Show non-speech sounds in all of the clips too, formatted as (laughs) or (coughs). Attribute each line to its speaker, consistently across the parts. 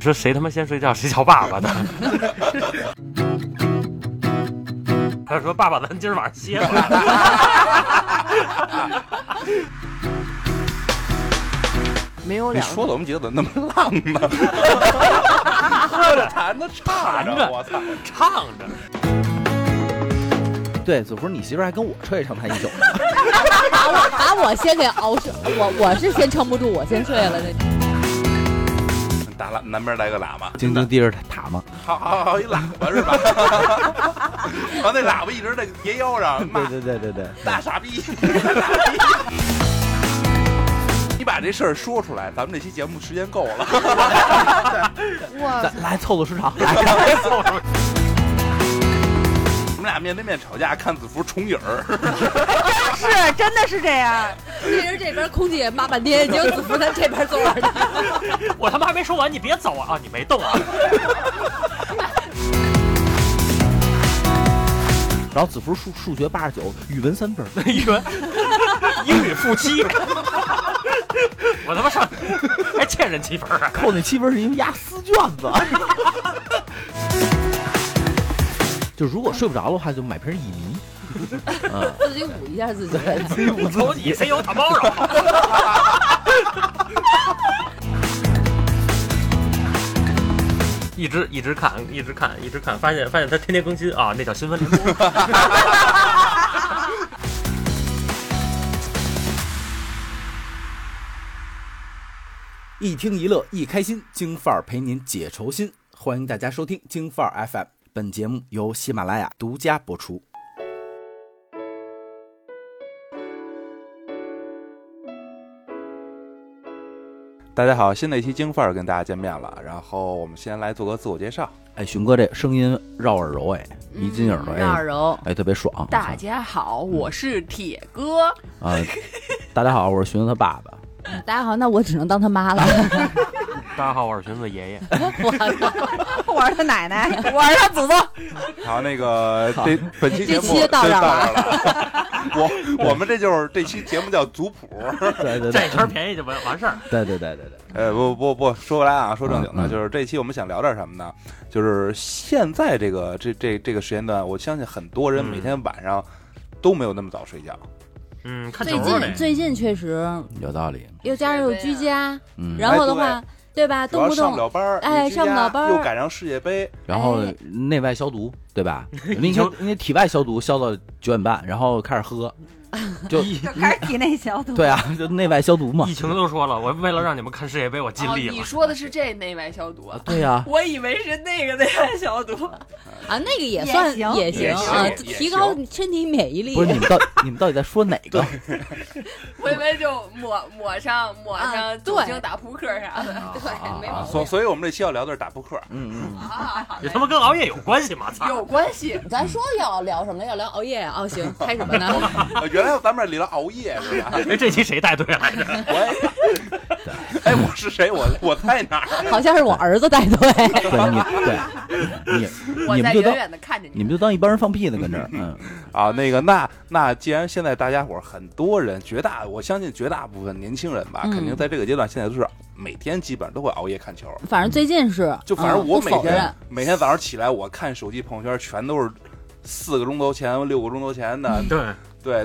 Speaker 1: 说谁他妈先睡觉谁叫爸爸的？ (laughs) 他说爸爸，咱今儿晚上歇 (laughs) 会儿。
Speaker 2: 没有
Speaker 3: 你
Speaker 2: 两
Speaker 3: 说的我们几个怎么那么浪呢？ (laughs)
Speaker 1: 喝着
Speaker 3: 弹的唱
Speaker 1: 弹
Speaker 3: 着，我
Speaker 1: 着
Speaker 3: 操！
Speaker 1: 唱着，
Speaker 3: 对，子福，你媳妇儿还跟我睡上她一宿呢。
Speaker 2: 把我把我先给熬睡， (laughs) 我我是先撑不住，我先睡了那。
Speaker 3: (laughs) 打喇南边来个喇嘛，
Speaker 4: 京津地是塔嘛，
Speaker 3: 好好好一喇叭是 (laughs) 吧？然后那喇叭一直在别腰上骂
Speaker 4: 对对对对对，
Speaker 3: 大傻逼， (laughs) 大傻逼。你把这事儿说出来，咱们这期节目时间够了。
Speaker 2: 哇，
Speaker 4: 咱来凑凑时长，
Speaker 3: 我们俩面对面吵架，看子福重影儿。
Speaker 5: 是真的是这样，
Speaker 2: 这人这边空姐骂半天，结果子福在这边坐着呢。
Speaker 1: 我他妈还没说完，你别走啊！啊，你没动啊？
Speaker 4: 然后子福数数学八十九，语文三分，
Speaker 1: 语文、英语负七，我他妈上还欠人七分儿啊！
Speaker 4: (laughs) 扣那七分是因为压撕卷子。 (laughs) 就如果睡不着的话，就买瓶乙醚。嗯，
Speaker 2: 自己捂一下自己。
Speaker 4: 自己捂自
Speaker 1: 瞅
Speaker 4: 己。
Speaker 1: 你谁有他包了？ (laughs) 一直一直看，一直看，一直看，发现发现他天天更新啊，那叫新闻联播。
Speaker 4: 一听一乐一开心，京范儿陪您解愁心。欢迎大家收听京范儿 FM，本节目由喜马拉雅独家播出。
Speaker 3: 大家好，新的一期京范儿跟大家见面了。然后我们先来做个自我介绍。
Speaker 4: 哎，熊哥这声音绕耳柔，哎，一进耳朵，
Speaker 5: 那
Speaker 4: 哎，
Speaker 5: 柔。
Speaker 4: 哎，特别爽。
Speaker 5: (laughs) 大家好，我是铁哥，
Speaker 4: 啊，大家好，我是熊他爸爸。
Speaker 2: 大家好，那我只能当他妈了。
Speaker 1: 大家好，我是寻子爷爷。
Speaker 5: (laughs) 我是他奶奶， (laughs) 我是他祖宗。
Speaker 3: 好，那个这本期节目
Speaker 2: 这期就到这儿了
Speaker 3: 就到这儿了我我们这就是这期节目叫族
Speaker 2: (laughs)
Speaker 3: 谱。
Speaker 4: (laughs) 对
Speaker 1: (laughs)
Speaker 4: (laughs) 对
Speaker 1: 占一圈便宜就完完事儿。
Speaker 4: 对对对对对，
Speaker 3: 呃，不不不，说回来啊，说正经
Speaker 4: 嗯
Speaker 3: 的，
Speaker 4: 嗯
Speaker 3: 就是这期我们想聊点什么呢？就是现在这个这这这个时间段，我相信很多人
Speaker 1: 嗯
Speaker 3: 每天晚上都没有那么早睡觉。
Speaker 1: (laughs) 嗯，看球
Speaker 2: 最
Speaker 1: 儿
Speaker 2: 近
Speaker 1: 得。
Speaker 2: 最近确实，
Speaker 4: 有道理。
Speaker 2: 又加上有居家，
Speaker 4: 嗯，
Speaker 2: 然后的
Speaker 5: 哎
Speaker 2: 话，对吧？
Speaker 3: 主
Speaker 2: 动
Speaker 3: 要
Speaker 2: 不
Speaker 3: 上不
Speaker 2: 动
Speaker 3: 了班儿，
Speaker 2: 哎
Speaker 3: 你居
Speaker 2: 上不
Speaker 3: 家
Speaker 2: 了班儿
Speaker 3: 又赶上世界杯，
Speaker 4: 然后
Speaker 2: 哎
Speaker 4: 内外消毒，对
Speaker 6: (laughs)
Speaker 4: 吧？你看，你体外消毒消到九点半，然后开始
Speaker 6: (laughs)
Speaker 4: 喝，就
Speaker 5: 就开始体内消毒。
Speaker 4: 对啊，就内外消毒嘛
Speaker 1: 疫。情都说了，我为了让你们看世界杯，我尽
Speaker 6: 哦，
Speaker 1: 力了。
Speaker 6: 你说的是这内外消毒啊？
Speaker 4: 对呀，
Speaker 6: 我以为是那个内外消毒，
Speaker 2: 啊，那个也
Speaker 5: 也
Speaker 2: 算
Speaker 5: 行
Speaker 2: 也
Speaker 3: 也
Speaker 2: 行
Speaker 3: 行
Speaker 2: 啊，
Speaker 3: 也
Speaker 2: 提高身体免疫力
Speaker 4: 不。是你们到你们到底在说哪个？
Speaker 6: 我以为就抹抹上抹
Speaker 2: 啊
Speaker 6: 上
Speaker 2: 对
Speaker 6: 酒精打扑克啥
Speaker 2: (laughs)
Speaker 6: 的。
Speaker 4: 啊
Speaker 6: 没
Speaker 4: 啊
Speaker 6: 毛
Speaker 3: 所所以我们这期要聊的是打扑克。
Speaker 4: 嗯嗯，
Speaker 2: 哦
Speaker 6: 啊
Speaker 1: 你他妈跟熬夜有关系吗？操！
Speaker 6: 有关系，
Speaker 2: 咱说要聊什么？要聊熬夜啊？哦，行，开什么呢？
Speaker 3: (laughs) 呃原来咱们这里聊熬夜是吧？
Speaker 1: 哎，这期谁带队来着？
Speaker 3: 我也， (laughs) 哎，我是谁？我我在哪儿？
Speaker 2: 好像是我儿子带队。
Speaker 4: 对你
Speaker 6: (laughs)
Speaker 4: 对你
Speaker 6: 我
Speaker 4: 你
Speaker 6: 在
Speaker 4: 们就
Speaker 6: 远
Speaker 4: 当
Speaker 6: 远的看着
Speaker 4: 你
Speaker 6: 你
Speaker 4: 们就当一帮人放屁呢，跟这儿，嗯，
Speaker 3: (laughs) 啊，那个，那那既然现在大家伙儿很多人，绝大我相信绝大部分年轻人吧，
Speaker 2: 嗯
Speaker 3: 肯定在这个阶段现在都是每天基本上都会熬夜看球。
Speaker 2: 反正最近是，
Speaker 3: 就反正
Speaker 2: 嗯
Speaker 3: 我
Speaker 2: 不
Speaker 3: 每
Speaker 2: 否
Speaker 3: 天、 (laughs)
Speaker 2: 认
Speaker 3: 每天早上起来，我看手机朋友圈全都是四个钟头前、六个钟头前的，
Speaker 2: 嗯
Speaker 1: 对，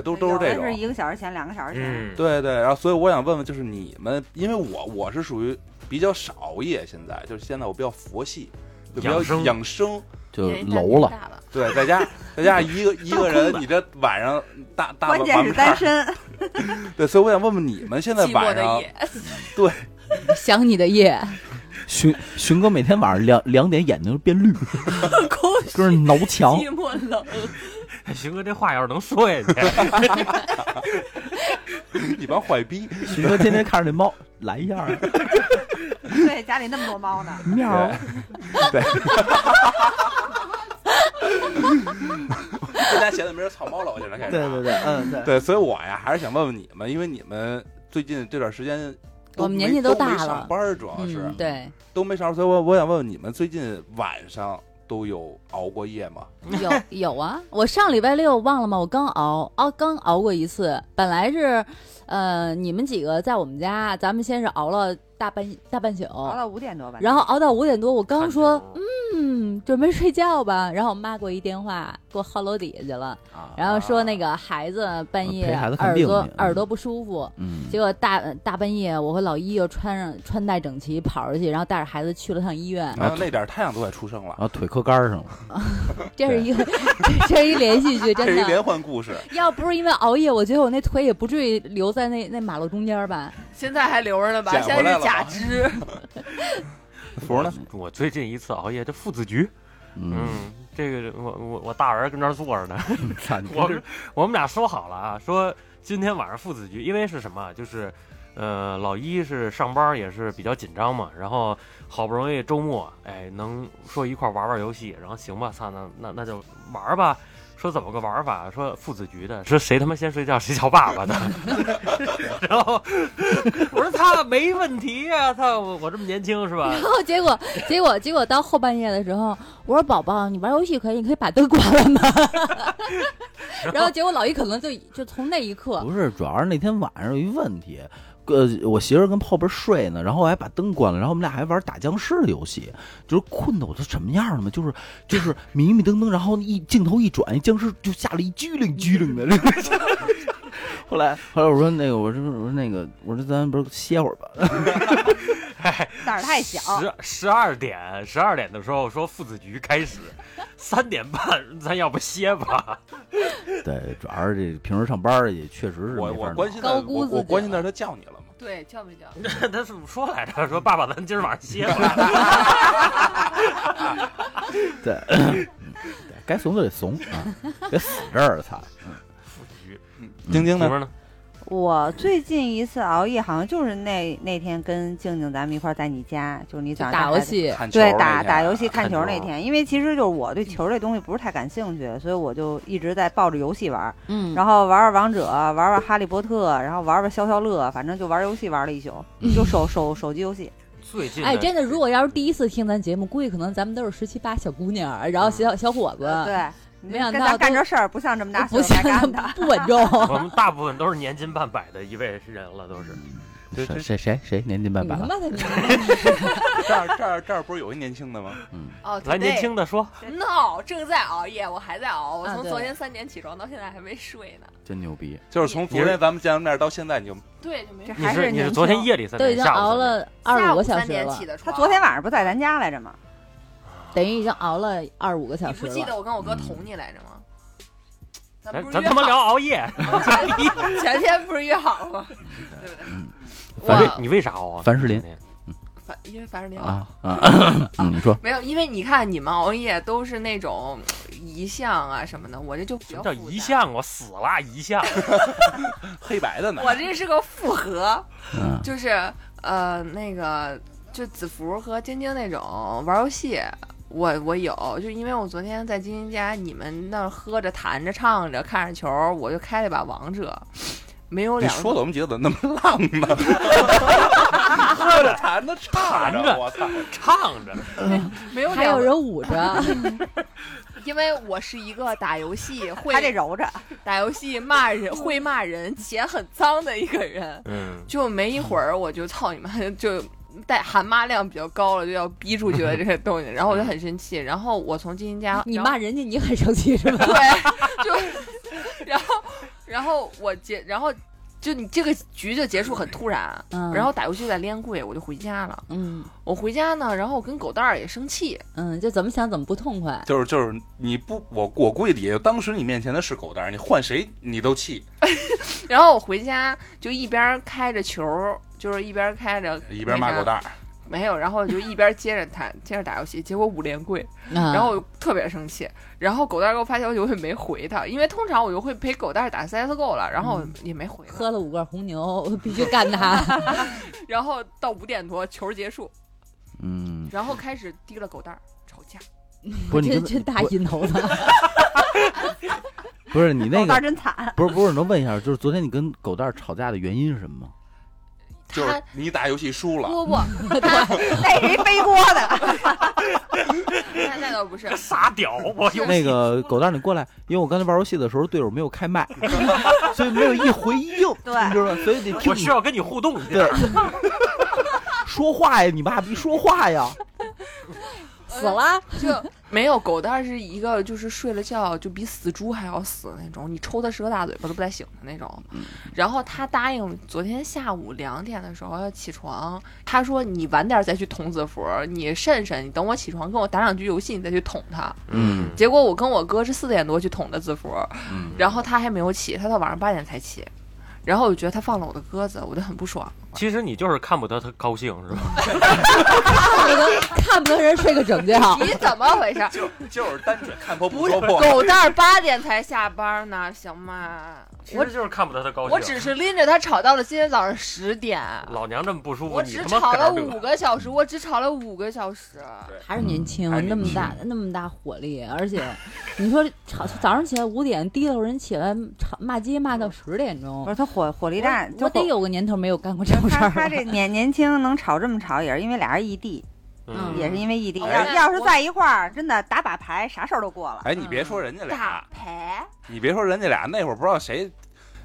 Speaker 3: (laughs) 对， (laughs) 都都是这
Speaker 5: 有的是
Speaker 3: 种。
Speaker 5: 一个小时前，两个小时前。
Speaker 1: 嗯，
Speaker 3: 对对，然后所以我想问问，就是你们，因为我我是属于比较少熬夜，现在就是现在我比较佛系，就比较
Speaker 1: 养生
Speaker 3: 养生
Speaker 6: 哎
Speaker 4: 就楼了。
Speaker 6: 了，
Speaker 3: 对，在家在家一个一个人，你这晚上大大晚
Speaker 5: 关键是单
Speaker 2: (laughs)
Speaker 3: 晚
Speaker 5: 身，
Speaker 3: 上对，所以我想问问你们现在
Speaker 6: 寂寞
Speaker 3: 晚
Speaker 6: 的
Speaker 3: 上
Speaker 6: 夜，
Speaker 3: 对
Speaker 2: 想你的夜，
Speaker 4: 熊熊哥每天晚上两两点眼睛就变绿，
Speaker 6: (laughs) 空虚
Speaker 4: 跟着挠墙。
Speaker 6: 寂寞冷，
Speaker 1: 熊哎哥这话要是能说下去，
Speaker 3: 一帮坏逼，
Speaker 4: 熊哥天天看着那猫，来一下
Speaker 6: (laughs)
Speaker 4: 啊，
Speaker 5: 对，家里那么多猫呢，
Speaker 2: 嗯
Speaker 4: 喵。
Speaker 3: (laughs) 对。跟家闲的没人草猫了，我现在开始。
Speaker 4: 对对对，嗯对。
Speaker 3: 对，所以我呀还是想问问你们，因为你们最近这段时间都
Speaker 2: 我们
Speaker 3: 没
Speaker 2: 年纪
Speaker 3: 都
Speaker 2: 都大
Speaker 3: 没
Speaker 2: 了
Speaker 3: 上班儿主要哦是、
Speaker 2: 嗯，对，
Speaker 3: 都没上班儿，所以我我想问问你们最近晚上都有熬过夜吗？
Speaker 2: 有 (laughs) 有啊，我上礼拜六忘了吗？我刚熬熬刚熬过一次，本来是，呃，你们几个在我们家，咱们先是熬了大半大半宿，
Speaker 5: 熬到五点多吧。
Speaker 2: 然后熬到五点多，我 (laughs) 刚说
Speaker 1: 看球
Speaker 2: 嗯准备睡觉吧，然后我妈给我一电话，给我薅楼底下去了，
Speaker 3: 啊
Speaker 2: 然后说那个孩子半夜
Speaker 4: 陪孩子看
Speaker 2: 耳
Speaker 4: 病
Speaker 2: 朵
Speaker 4: 去
Speaker 2: 耳朵不舒服，
Speaker 4: 嗯，
Speaker 2: 结果大呃大半夜我和老一又穿上穿戴整齐跑出去，然后带着孩子去了趟医
Speaker 3: (laughs)
Speaker 2: 院，
Speaker 3: 然后那点儿太阳都快出生了
Speaker 4: 然，后腿磕杆儿上了，
Speaker 2: 这是一个 (laughs) 这是一连续剧，真
Speaker 3: 这是一
Speaker 2: 的。
Speaker 3: 连环故事。
Speaker 2: 要不是因为熬夜，我觉得我那腿也不至于留在那那马路中间吧。 (laughs)
Speaker 6: 现在还留着呢吧？
Speaker 3: 捡
Speaker 6: 现
Speaker 3: 回
Speaker 6: 在
Speaker 3: 来
Speaker 6: 是
Speaker 3: 了
Speaker 6: 假
Speaker 3: 吧
Speaker 6: 肢，
Speaker 3: 福呢？
Speaker 1: (laughs) 我最近一次熬夜，这父子局，
Speaker 4: 嗯，
Speaker 1: 嗯，这个我我我大儿跟那儿坐着呢，
Speaker 4: 操你
Speaker 1: 我们我们俩说好了啊，说今天晚上父子局，因为是什么啊，就是，呃，老一是上班也是比较紧张嘛，然后好不容易周末，哎，能说一块儿玩玩游戏，然后行吧，操，那那那就玩儿吧。说怎么个玩儿法？说父子局的，说谁他妈先睡觉谁叫爸爸的。然后 (laughs) 我说他没问题啊，他我我这么年轻是吧？
Speaker 2: 然后结果结果结果到后半夜的时候，我说宝宝，你玩游戏可以，你可以把灯关了吗？然后结果老一可能就就从那一刻，
Speaker 4: 不是，主要是那天晚上有一问题，呃，我媳妇儿跟后边睡呢，然后我还把灯关了，然后我们俩还玩打僵尸的游戏，就是困的我都什么样了嘛，就是就是迷迷瞪瞪，然后一镜头一转，一僵尸就吓了一激灵激灵的。这个 (laughs) 后来后来我说那个我说我说那个我说咱不是歇会儿吧， (laughs)
Speaker 5: 胆儿太小，
Speaker 1: 十十二点，十二点的时候说父子局开始，三点半咱要不歇吧？ (laughs)
Speaker 4: 对，主要是这平时上班儿也确实是
Speaker 3: 我
Speaker 4: 没法
Speaker 3: 我
Speaker 4: 弄
Speaker 3: 关心的，
Speaker 2: 高估
Speaker 3: 我
Speaker 2: 自己
Speaker 3: 我关心的是他叫你了吗？
Speaker 6: 对，叫没叫？
Speaker 1: 他怎么说来着？说爸爸，咱今儿晚上歇吧。
Speaker 4: 对，该怂就得怂啊，别死这儿，操！
Speaker 1: 父子局，
Speaker 4: 嗯
Speaker 3: 晶晶
Speaker 1: 媳妇
Speaker 3: 呢？
Speaker 1: 儿呢？
Speaker 5: 我最近一次熬夜好像就是那那天跟静静咱们一块儿在你家，就是你
Speaker 2: 就
Speaker 5: 早上
Speaker 2: 打
Speaker 5: 带
Speaker 2: 游
Speaker 5: 孩子
Speaker 2: 戏，
Speaker 3: 看球
Speaker 5: 对
Speaker 3: 那
Speaker 5: 打
Speaker 3: 天啊
Speaker 5: 打游戏看
Speaker 4: 看
Speaker 5: 球
Speaker 4: 球
Speaker 5: 那天，因为其实就是我对球这东西不是太感兴趣，所以我就一直在抱着游戏玩儿，
Speaker 2: 嗯，
Speaker 5: 然后玩玩王者，玩玩哈利波特，然后玩玩消消乐，反正就玩游戏玩了一宿，
Speaker 2: 嗯
Speaker 5: 就手手手机游戏。
Speaker 1: 最近
Speaker 2: 哎，真的，如果要是第一次听咱节目，估计可能咱们都是十七八小姑娘儿，然后小小伙子，
Speaker 5: 对，
Speaker 2: 呃没想
Speaker 5: 跟
Speaker 2: 到
Speaker 5: 咱干
Speaker 2: 都
Speaker 5: 这事儿不像这么大岁
Speaker 2: 不
Speaker 5: 数该
Speaker 2: 像
Speaker 5: 干的。
Speaker 2: 那不稳
Speaker 1: (laughs)
Speaker 2: 重。
Speaker 1: (laughs) 我们大部分都是年近半百的一位人了，都是。
Speaker 3: 对
Speaker 4: 谁
Speaker 3: 对
Speaker 4: 谁谁谁年近半
Speaker 2: 你
Speaker 4: 百
Speaker 2: 他
Speaker 4: 了？
Speaker 2: 妈的，你
Speaker 3: 这儿这儿这儿不是有一年轻的吗？
Speaker 4: 嗯
Speaker 6: 哦，
Speaker 1: 来，年轻的说，
Speaker 6: today。no，正在熬夜，我还在熬，我
Speaker 2: 啊
Speaker 6: 从
Speaker 2: 对
Speaker 6: 昨天三点起床到现在还没睡呢。
Speaker 4: 真牛逼！
Speaker 3: 就是从昨
Speaker 1: 你
Speaker 3: 天咱们见完面到现在，你就
Speaker 6: 对，就没
Speaker 5: 这
Speaker 1: 你
Speaker 5: 还
Speaker 1: 是
Speaker 5: 是
Speaker 1: 你是
Speaker 5: 年
Speaker 1: 昨天
Speaker 5: 轻
Speaker 1: 夜里三
Speaker 2: 都已
Speaker 1: 点，
Speaker 2: 经
Speaker 1: 下午
Speaker 2: 熬
Speaker 1: 三点。
Speaker 2: 了二
Speaker 6: 下
Speaker 2: 五个
Speaker 6: 午
Speaker 2: 小
Speaker 6: 三
Speaker 2: 时
Speaker 6: 点
Speaker 2: 了
Speaker 6: 起，的床。
Speaker 5: 他昨天晚上不在咱家来着吗？
Speaker 2: 等于已经熬了二五个小
Speaker 6: 你
Speaker 2: 时
Speaker 6: 不记
Speaker 2: 了。
Speaker 6: 得我跟我哥捅你来着吗？咱
Speaker 1: 咱
Speaker 6: 不是
Speaker 1: 咱
Speaker 6: 约
Speaker 1: 他妈
Speaker 6: 好
Speaker 1: 聊熬啊夜，
Speaker 6: 前 (laughs) 前天不是约好了吗？对不对？
Speaker 4: 反
Speaker 1: 为
Speaker 6: 我
Speaker 1: 你为啥熬啊？
Speaker 4: 凡士林
Speaker 6: 反因为凡士林
Speaker 4: 啊
Speaker 1: (laughs)
Speaker 4: 啊！嗯你说
Speaker 6: 没有，因为你看你们熬夜都是那种遗像啊什么的，我这就比
Speaker 1: 什
Speaker 6: 较
Speaker 1: 么叫
Speaker 6: 复杂
Speaker 1: 遗？像？我死了遗像，
Speaker 3: 黑白的呢。
Speaker 6: 我这是个复合，
Speaker 4: 嗯
Speaker 6: 就是呃那个就子福和晶晶那种玩游戏。我我有，就因为我昨天在晶晶家，你们那儿喝着、弹着、唱着、看着球，我就开了一把王者，没有
Speaker 3: 你
Speaker 6: 两个
Speaker 3: 说的我们几个怎么那么浪呢？喝着馋的馋
Speaker 1: 馋着
Speaker 3: 我操！
Speaker 1: 唱着
Speaker 6: 没有
Speaker 2: 还
Speaker 6: 两
Speaker 2: 有
Speaker 6: 个
Speaker 2: 人捂
Speaker 6: (laughs)
Speaker 2: 着，
Speaker 6: 因为我是一个打游戏会
Speaker 5: 还得揉着，
Speaker 6: 打游戏骂人会骂人且很脏的一个人，
Speaker 1: 嗯，
Speaker 6: 就没一会儿我就操你妈，就带含骂量比较高了，就要逼出去了这个东西，然后我就很生气，然后我从金金家
Speaker 2: 你
Speaker 6: 然后
Speaker 2: 骂人家，你很生气是吧？ (laughs)
Speaker 6: 对，就然后然后我结然后就你这个局就结束很突然，
Speaker 2: (laughs) 嗯
Speaker 6: 然后打游戏在连跪，我就回家了。
Speaker 2: 嗯
Speaker 6: 我回家呢，然后我跟狗蛋儿也生气，
Speaker 2: 嗯，就怎么想怎么不痛快。
Speaker 3: 就是就是你不我我估计你当时你面前的是狗蛋儿，你换谁你都气，
Speaker 6: 然后我回家就一边开着球。就是一边开着，
Speaker 3: 一边骂狗蛋儿。
Speaker 6: 没有，然后就一边接着打， (laughs) 接着打游戏，结果五连跪，然
Speaker 2: 然
Speaker 6: 后我特别生气。然后狗蛋儿给我发消息，我也没回他，因为通常我就会陪狗蛋儿打 CSGO 了，然后我也没回他。
Speaker 2: 喝了五罐红牛，必须干他。
Speaker 6: 然后到五点多球结束，
Speaker 4: 嗯，
Speaker 6: 然后开始提了狗蛋儿吵架。
Speaker 4: 不是你
Speaker 2: 真
Speaker 4: 跟
Speaker 2: 真大
Speaker 4: 不
Speaker 2: 瘾头子，
Speaker 4: 不是你那
Speaker 5: 狗蛋儿
Speaker 4: 个
Speaker 5: 真惨。 (laughs)
Speaker 4: 不是不是能问一下，就是昨天你跟狗蛋儿吵架的原因是什么吗？
Speaker 3: 就
Speaker 6: 他
Speaker 3: 是你打游戏输了，
Speaker 6: 不不，
Speaker 5: 那是一背锅的，
Speaker 6: 那那倒不是，
Speaker 1: 傻屌，我
Speaker 4: (laughs)
Speaker 1: 有
Speaker 4: 那个狗蛋儿你过来，因为我刚才玩游戏的时候队友没有开
Speaker 5: (laughs)
Speaker 4: 麦，所以没有一回应，
Speaker 5: 对
Speaker 4: 你知道吗？所以得听
Speaker 1: 我
Speaker 4: 你
Speaker 1: 需要跟你互动一下。
Speaker 4: 对， (laughs) 说话呀，你妈逼说话呀！
Speaker 2: 死
Speaker 6: 呃
Speaker 2: 了，
Speaker 6: 就没有狗蛋儿是一个就是睡了觉就比死猪还要死那种，你抽它十个大嘴巴都不带醒的那种。
Speaker 4: 嗯
Speaker 6: 然后他答应昨天下午两点的时候要起床，他说你晚点再去捅子福，你慎慎，你等我起床跟我打两局游戏，你再去捅他。
Speaker 4: 嗯
Speaker 6: 结果我跟我哥是四点多去捅的子福，
Speaker 4: 嗯
Speaker 6: 然后他还没有起，他到晚上八点才起。然后我就觉得他放了我的鸽子，我就很不爽。
Speaker 1: 其实你就是看不得他高兴是吧？
Speaker 2: 看不得看不得人睡个整
Speaker 4: 哎
Speaker 2: 觉，
Speaker 6: 你怎么
Speaker 4: (laughs)
Speaker 6: 回事？
Speaker 3: 就就是单纯看破不说破。
Speaker 6: 狗蛋儿八点才下班呢，行吗？
Speaker 1: (laughs) 其
Speaker 6: 我
Speaker 1: 实就是看不得他高兴。
Speaker 6: 我只是拎着它吵到了今天早上十点，
Speaker 1: 啊老娘这么不舒服，
Speaker 6: 我
Speaker 1: 你
Speaker 6: 只
Speaker 1: 他妈
Speaker 6: 吵了
Speaker 1: 赶着
Speaker 6: 五个小时，我只吵了五个小时。
Speaker 2: 还是年轻，
Speaker 3: 还是
Speaker 2: 那么
Speaker 3: 年
Speaker 2: 大那么大火力，而且你说吵早上起来五点，提溜人起来吵骂街骂到十点钟
Speaker 5: 不，是他火火力大，
Speaker 2: 我
Speaker 5: 就
Speaker 2: 得
Speaker 5: 火
Speaker 2: 有个年头没有干过这种事
Speaker 5: 他
Speaker 2: 儿
Speaker 5: 他
Speaker 2: 了。
Speaker 5: 这年年轻能吵这么吵，也是因为俩人异地，
Speaker 1: 嗯
Speaker 5: 也是因为异地。
Speaker 6: 嗯
Speaker 5: 要
Speaker 6: 哎
Speaker 5: 要是在一块儿，真的打把牌，啥事儿都过了。
Speaker 3: 哎，你别说人家俩
Speaker 6: 大，牌，
Speaker 3: 你别说人家俩，那会儿不知道谁，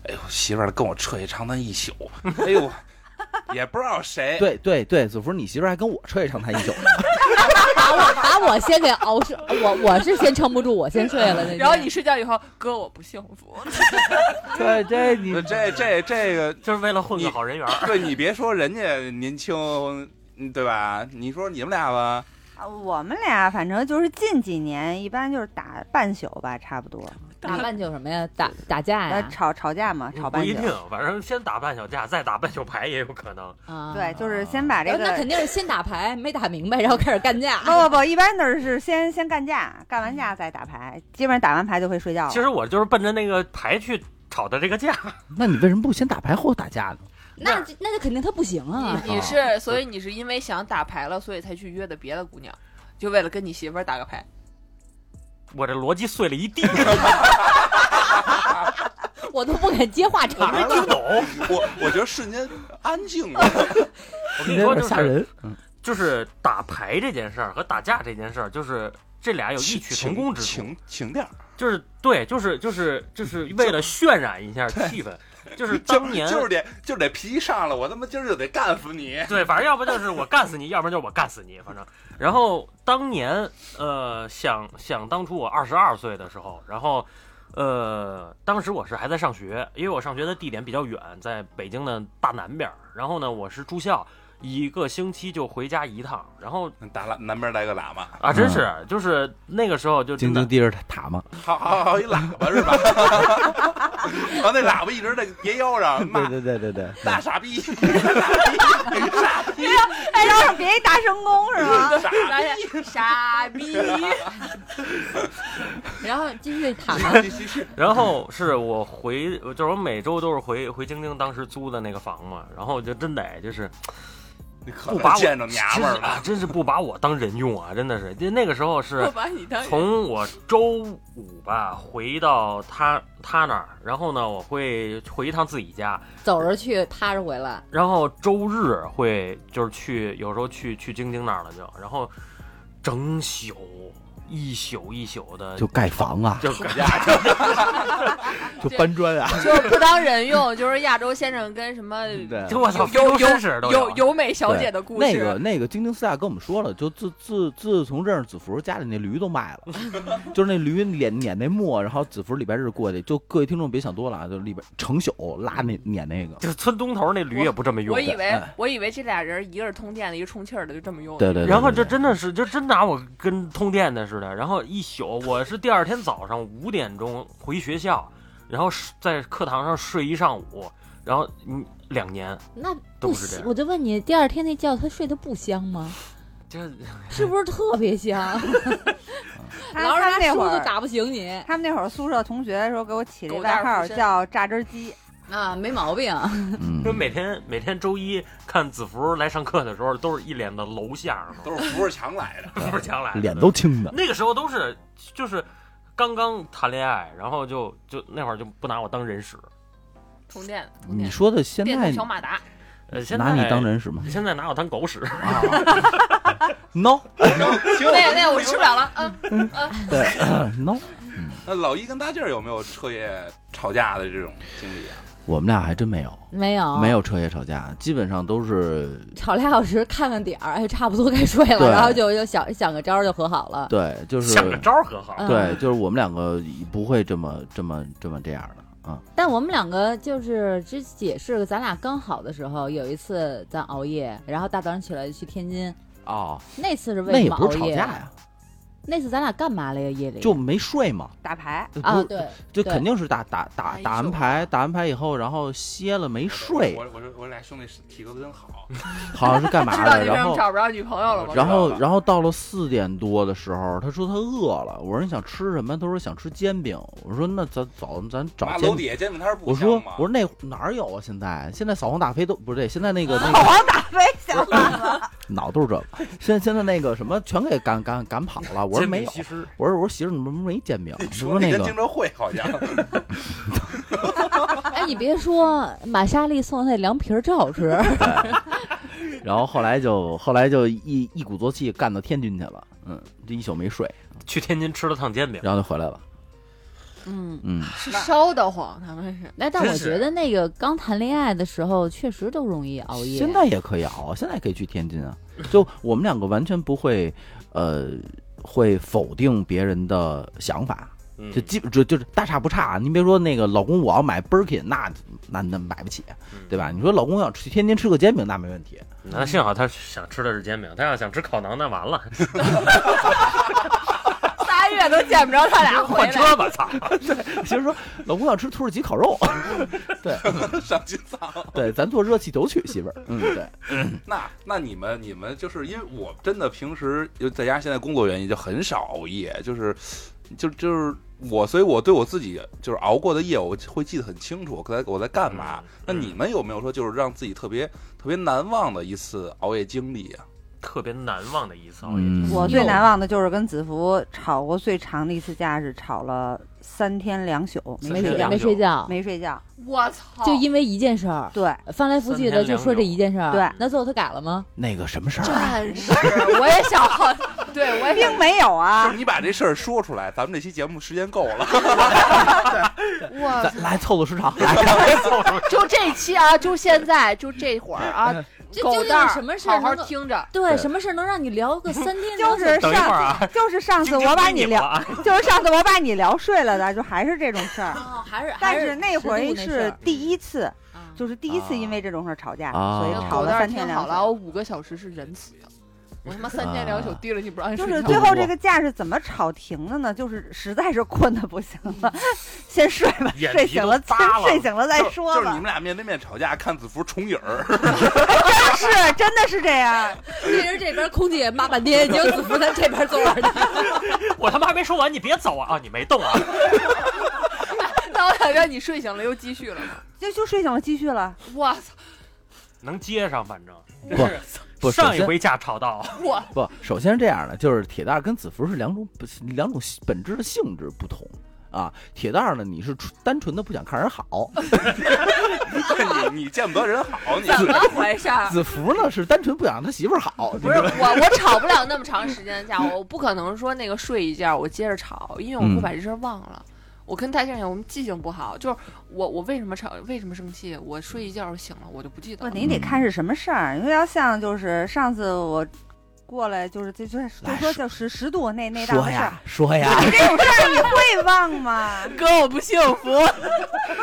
Speaker 3: 哎呦，媳妇儿跟我彻夜长谈一宿，哎呦，也不知道谁。
Speaker 4: 对对对，子福，你媳妇儿还跟我彻夜长谈一宿呢。
Speaker 1: (laughs)
Speaker 2: 把我把我先给熬睡，我我是先撑不住，我先睡
Speaker 6: (laughs)
Speaker 2: 了。那天
Speaker 6: 然后你睡觉以后，哥我不幸福，
Speaker 4: 对，
Speaker 1: (laughs)
Speaker 4: 这你
Speaker 3: 那这这这个，
Speaker 1: 就是为了混个好人
Speaker 3: (laughs)
Speaker 1: 缘儿。
Speaker 3: 对你别说人家年轻，嗯对吧？你说你们俩吧，
Speaker 5: 啊我们俩反正就是近几年，一般就是打半宿吧，差不多。
Speaker 2: 打半宿什么呀？打打架
Speaker 5: 呃，
Speaker 2: 哎呀？
Speaker 5: 吵吵架嘛，吵
Speaker 1: 不
Speaker 5: 半
Speaker 1: 一
Speaker 5: 宿。
Speaker 1: 定，反正先打半宿架，再打半宿牌也有可能。
Speaker 2: 啊，
Speaker 5: 对，就是先把这
Speaker 2: 然后那
Speaker 5: 个哦
Speaker 2: 肯。定是先打牌，没打明白，然后开始干架。
Speaker 5: (laughs) 不不不，一般都是先先干架，干完架再打牌，基本上打完牌就会睡觉
Speaker 1: 其
Speaker 5: 了。
Speaker 1: 实我就是奔着那个牌去吵的这个架。
Speaker 4: 那你为什么不先打牌后打架呢？
Speaker 2: 那就那就肯定他不行啊！
Speaker 6: 你你是所以你是因为想打牌了，所以才去约的别的姑娘，就为了跟你媳妇儿打个牌。
Speaker 1: 我这逻辑碎了一地，
Speaker 2: 我都不敢接话
Speaker 1: 我
Speaker 2: 茬
Speaker 1: 没
Speaker 2: 儿
Speaker 1: 听
Speaker 2: 了。
Speaker 1: 懂。
Speaker 3: 我我觉得瞬间安静了。 (laughs)
Speaker 1: 我跟
Speaker 4: 有
Speaker 1: 你说，
Speaker 4: 点
Speaker 1: 就
Speaker 4: 吓
Speaker 1: 是
Speaker 4: 人。嗯
Speaker 1: 就是打牌这件事儿和打架这件事儿，就是这俩有异曲同工之处，
Speaker 3: 情情调。
Speaker 1: 就是对，就是就是就是为了渲染一下气氛，就是
Speaker 3: 就
Speaker 1: 当年
Speaker 3: 就是得就是得脾气上来，我他妈今儿就得干死你！
Speaker 1: (laughs) 对，反正要不就是我干死你，要不然就是我干死你，反正。然后当年，呃，想想当初我二十二岁的时候，然后，呃，当时我是还在上学，因为我上学的地点比较远，在北京的大南边儿。然后呢，我是住校，一个星期就回家一趟。然后
Speaker 3: 打喇南边来个喇嘛，
Speaker 1: 啊，真是就是那个时候就真
Speaker 4: 晶
Speaker 1: 的
Speaker 4: 晶低着塔嘛，
Speaker 3: 好好好一喇叭是吧？ (laughs) 然后那喇叭一直在别腰上骂
Speaker 4: 对对对对
Speaker 3: 大傻逼，
Speaker 4: (laughs)
Speaker 3: (laughs) 傻逼，傻逼，
Speaker 5: 哎，然后别一大神功是吗？
Speaker 3: 傻
Speaker 6: 发现傻逼，
Speaker 2: 然后继续打
Speaker 3: (laughs)
Speaker 2: 嘛。
Speaker 3: 逼，继续
Speaker 1: 然后是我回，就是我每周都是回回晶晶当时租的那个房嘛，然后就真得就是
Speaker 3: 你可
Speaker 1: 不把我
Speaker 3: 见着娘们儿
Speaker 1: (laughs) 真是啊
Speaker 3: 了，，
Speaker 1: 真是不把我当人用啊，真的是，就那个时候是
Speaker 6: 我把你当
Speaker 1: 从我周五吧回到他他那儿，然后呢我会回一趟自己家，
Speaker 2: 走着去，踏着回来。
Speaker 1: 然后周日会就是去有时候去去晶晶那儿了就，然后整宿一宿一宿的
Speaker 4: 就盖房啊，
Speaker 1: 就
Speaker 3: 吵架去了
Speaker 4: 就搬砖啊，
Speaker 6: 就是不当人用，就是亚洲先生跟什么
Speaker 4: (laughs) 嗯对
Speaker 1: (laughs) 就我操，非洲
Speaker 6: 有
Speaker 1: 绅士
Speaker 6: 有
Speaker 1: 都啊
Speaker 6: 有有美小姐的故事。
Speaker 4: 那个那个，晶晶私下跟我们说了，就自自自从认识子福，家里那驴都卖 (laughs) 了，就是那驴撵撵那磨，然后子福礼拜日过去，就各位听众别想多了啊，就礼拜成宿拉那撵那个，
Speaker 1: 就是村东头那驴也不这么用
Speaker 6: 我。以为
Speaker 4: 哎
Speaker 6: 我以为这俩人一个是通电的，一个充气儿的，就这么用。
Speaker 4: 对对对，
Speaker 1: 然后就
Speaker 4: 对
Speaker 1: 真的是，就真拿我跟通电的似的。然后一宿，我是第二天早上五点钟回学校，然后是在课堂上睡一上午，然后嗯两年，
Speaker 2: 那
Speaker 1: 都
Speaker 2: 不
Speaker 1: 是这
Speaker 2: 行，
Speaker 1: 样
Speaker 2: 我就问你，第二天那觉他睡得不香吗？
Speaker 1: 这
Speaker 2: 是不是特别香？
Speaker 5: 他
Speaker 2: 老是
Speaker 5: 他
Speaker 2: 拿
Speaker 5: 们那
Speaker 2: 书
Speaker 5: 会
Speaker 2: 都
Speaker 5: 儿，
Speaker 2: 打不醒你
Speaker 5: 他们那会儿宿舍同学说给我起了一
Speaker 6: 狗
Speaker 5: 外
Speaker 6: 蛋儿
Speaker 5: 号
Speaker 6: 附身
Speaker 5: 叫“榨汁机
Speaker 2: 啊，没毛病。
Speaker 4: 嗯
Speaker 1: 就每天每天周一看子福来上课的时候，都是一脸的楼相嘛，
Speaker 3: 都是扶着墙来的。
Speaker 1: 不是强来的
Speaker 4: 脸都青的，
Speaker 1: 那个时候都是就是刚刚谈恋爱，然后就就那会儿就不拿我当人使。
Speaker 6: 通电的，通
Speaker 4: 你
Speaker 6: 电的。
Speaker 4: 说的现
Speaker 6: 电动
Speaker 4: 在
Speaker 6: 小马达，
Speaker 1: 呃，现在
Speaker 4: 嗯拿你当人使吗
Speaker 1: 现在拿我当狗使，
Speaker 4: ？No，
Speaker 3: (laughs) 行，
Speaker 6: (laughs) 那那我吃不了了。嗯，
Speaker 4: 对 (coughs) ，No。
Speaker 3: 那老一跟大劲儿有没有彻夜吵架的这种经历啊？
Speaker 4: 我们俩还真没有，
Speaker 2: 没有
Speaker 4: 没有彻夜吵架，基本上都是 (laughs)
Speaker 2: 吵俩小时，看看点儿，哎，差不多该睡
Speaker 4: 对
Speaker 2: 了，然后就就想想个招儿就和好了。
Speaker 4: 对，就是
Speaker 1: 想个招儿可好。
Speaker 2: 嗯
Speaker 4: 对，就是我们两个不会这么这么这么这样的啊。
Speaker 2: 但我们两个就是之也是咱俩刚好的时候，有一次咱熬夜，然后大早上起来去天津，
Speaker 4: 哦，
Speaker 2: 那次是为
Speaker 4: 那
Speaker 2: 什
Speaker 4: 也
Speaker 2: 么
Speaker 4: 不
Speaker 2: 熬
Speaker 4: 是吵
Speaker 2: 夜？啊
Speaker 4: 架呀，
Speaker 2: 那次咱俩干嘛了呀？夜里
Speaker 4: 就没睡嘛。(laughs)
Speaker 5: 打牌，
Speaker 2: 啊，
Speaker 4: 不，
Speaker 2: 对，
Speaker 4: 就肯定是打打打
Speaker 3: 哎
Speaker 6: 打一
Speaker 4: 打完
Speaker 6: 宿
Speaker 4: 牌，打完牌以后，然后歇了没睡
Speaker 3: 我，我我我俩兄弟体格子真好，
Speaker 4: 好像是干
Speaker 3: (laughs)
Speaker 4: 嘛
Speaker 6: 知道
Speaker 4: 的，
Speaker 6: 你
Speaker 4: 啊
Speaker 6: 为
Speaker 4: 然
Speaker 6: 什
Speaker 4: 后。
Speaker 6: 么找不着女朋友了吗？
Speaker 4: 然后
Speaker 3: 知道，了
Speaker 4: 然后到了四点多的时候，他说他饿了。我说你想吃什么？他说想吃煎饼。我说那咱走，咱找
Speaker 3: 妈
Speaker 4: 煎
Speaker 3: 楼
Speaker 4: 饼。
Speaker 3: 底下煎饼摊儿不
Speaker 4: 我说
Speaker 3: 香吗
Speaker 4: 我说那哪儿有啊？现在现在扫黄打非都不是对，现在那个
Speaker 3: (laughs)
Speaker 4: 那个
Speaker 5: 王打飞想法了，
Speaker 4: 脑都是这个，现在现在那个什么全给赶赶赶跑了。我说
Speaker 1: 煎
Speaker 4: 没
Speaker 1: 饼
Speaker 4: 有，
Speaker 1: 西施，
Speaker 4: 我说我说媳妇儿你们没煎饼，
Speaker 3: 你
Speaker 4: 说
Speaker 3: 说
Speaker 4: 那
Speaker 3: 跟
Speaker 4: 个
Speaker 3: 听着会好像， (laughs)
Speaker 2: 哎，你别说，玛莎丽送的那凉皮儿真好吃。
Speaker 4: (laughs) 然后后来就后来就一一鼓作气干到天津去了，嗯，这一宿没睡，
Speaker 1: 去天津吃了趟煎饼，
Speaker 4: 然后就回来了，
Speaker 6: 嗯，
Speaker 4: 嗯，
Speaker 6: 是烧得慌，他们是
Speaker 2: 哎，但
Speaker 1: 真
Speaker 2: 我
Speaker 1: 是
Speaker 2: 觉得那个刚谈恋爱的时候，确实都容易熬夜。
Speaker 4: 现在也可以熬，现在也可以去天津啊，就我们两个完全不会，呃，会否定别人的想法。
Speaker 1: 嗯
Speaker 4: 就基本就就是大差不差，啊您别说那个老公，我要买 Birkin，那那那买不起，对吧？你说老公要吃天天吃个煎饼，那没问题，
Speaker 1: 那幸好他想吃的是煎饼，他要想吃烤馕，那完了，
Speaker 6: 仨月都见不着他俩回
Speaker 1: (laughs) 换
Speaker 6: 来。
Speaker 1: 车吧，操！
Speaker 4: 其实说老公要吃土耳其烤肉， (laughs)
Speaker 3: 上心脏。
Speaker 4: 对，咱坐热气球去，媳妇儿。嗯，对，
Speaker 3: 那那你们你们就是因为我真的平时又再加上现在工作原因，就很少熬夜，就是就就是我，所以我对我自己就是熬过的夜，我会记得很清楚，我在我在干嘛。
Speaker 1: 嗯
Speaker 3: 那你们有没有说就是让自己特别特别难忘的一次熬夜经历啊？
Speaker 1: 特别难忘的一次熬夜。
Speaker 4: 嗯，
Speaker 5: 我最难忘的就是跟子福吵过最长的一次架是吵了三天两宿
Speaker 1: 三
Speaker 5: 没
Speaker 2: 没
Speaker 1: 天
Speaker 5: 睡
Speaker 2: 睡
Speaker 1: 两，
Speaker 2: 没睡
Speaker 5: 觉
Speaker 2: 觉，
Speaker 5: 没睡觉，
Speaker 6: 我操！
Speaker 2: 就因为一件事儿，
Speaker 5: 对，
Speaker 2: 翻来覆去的就说这一件事儿。
Speaker 5: 三天两宿对
Speaker 2: 那最后他改了吗？
Speaker 4: 那个什么事儿啊？
Speaker 6: 但是我也想，对我也
Speaker 5: 并 (laughs)
Speaker 6: 想，
Speaker 5: 没有啊
Speaker 3: 就是。你把这事儿说出来，咱们这期节目时间够了。
Speaker 6: 我
Speaker 4: 咱来凑凑时长，来，
Speaker 1: (laughs)
Speaker 6: 就这期啊，就现在，就这会儿啊，
Speaker 2: 哎这
Speaker 6: 狗
Speaker 2: 究竟
Speaker 6: 蛋儿
Speaker 2: 什么事儿
Speaker 6: 好好
Speaker 2: 能够
Speaker 6: 听着，
Speaker 2: 对，什么事儿能让你聊
Speaker 5: (laughs)
Speaker 2: 个三天两
Speaker 5: 就
Speaker 2: 宿？
Speaker 5: 是
Speaker 1: 等一会
Speaker 5: 上，
Speaker 1: 儿啊，
Speaker 5: 就是上次
Speaker 1: 晶晶
Speaker 5: 我把
Speaker 1: 逼
Speaker 5: 你
Speaker 1: 们
Speaker 5: 聊
Speaker 1: 了，啊，
Speaker 5: 就是上次我把你聊睡了的，就还是这种事儿。
Speaker 2: 哦，还是
Speaker 5: 但
Speaker 2: 还
Speaker 5: 是那会儿
Speaker 2: 实录那事
Speaker 5: 是
Speaker 2: 儿
Speaker 5: 第一次，
Speaker 2: 啊
Speaker 5: 就是第一次因为这种事儿吵架，
Speaker 4: 啊
Speaker 5: 所以
Speaker 4: 啊
Speaker 5: 吵
Speaker 6: 狗
Speaker 5: 了
Speaker 6: 蛋儿
Speaker 5: 三
Speaker 6: 听
Speaker 5: 天
Speaker 6: 好
Speaker 5: 两
Speaker 6: 了，我
Speaker 5: 宿。
Speaker 6: 五个小时是仁慈的，我他妈三天两宿
Speaker 4: 啊
Speaker 6: 提了你不让你
Speaker 5: 就
Speaker 6: 睡
Speaker 5: 是
Speaker 6: 觉
Speaker 5: 最后这个架是怎么吵停的呢？就是实在是困的不行了，先睡吧，
Speaker 1: 眼
Speaker 5: 睡
Speaker 1: 皮
Speaker 5: 醒
Speaker 1: 都
Speaker 5: 了，先
Speaker 1: 扒了
Speaker 5: 睡醒了 (laughs) 再
Speaker 3: 就
Speaker 5: 说
Speaker 3: 就是你
Speaker 5: 吧
Speaker 3: 们。俩面对面吵架，看子服重影儿， (laughs)
Speaker 5: 啊是，真的是这样。
Speaker 2: 这人这边空姐骂半
Speaker 5: (laughs)
Speaker 2: 天，结果子福在这边坐着呢。
Speaker 1: (laughs) 我他妈还没说完，你别走啊！啊，你没动啊？
Speaker 6: 那我想让你睡醒了又继续了吗？
Speaker 5: 就就睡醒了，继续了。
Speaker 6: 我操！
Speaker 1: 能接上，反正
Speaker 4: 不不，首
Speaker 1: 上一
Speaker 4: 先
Speaker 1: 回架吵到，
Speaker 6: 我
Speaker 4: 不，首先是这样的，就是铁蛋儿跟子服是两种不两种本质的性质不同。啊，铁蛋儿呢？你是纯单纯的不想看人好，
Speaker 3: 你你见不得人好，你
Speaker 6: 怎么回事儿？啊
Speaker 4: 子服呢是单纯不想让他媳妇儿好，
Speaker 6: 不是 (laughs) 我，我吵不了那么长时间的架，我不可能说那个睡一觉我接着吵，因为我
Speaker 4: 嗯
Speaker 6: 会把这事儿忘了。我跟戴先生我们记性不好，就是我我为什么吵，为什么生气？我睡一觉醒了我就不记得
Speaker 5: 不，
Speaker 6: 了。
Speaker 5: 你得看是什么事儿。因为要像就是上次我过来，就是就就就
Speaker 4: 来
Speaker 5: 说叫十十度那那档
Speaker 4: 说
Speaker 5: 子事儿
Speaker 4: 呀，说呀，
Speaker 5: 这种事儿你会忘吗？
Speaker 6: 哥，我不幸福。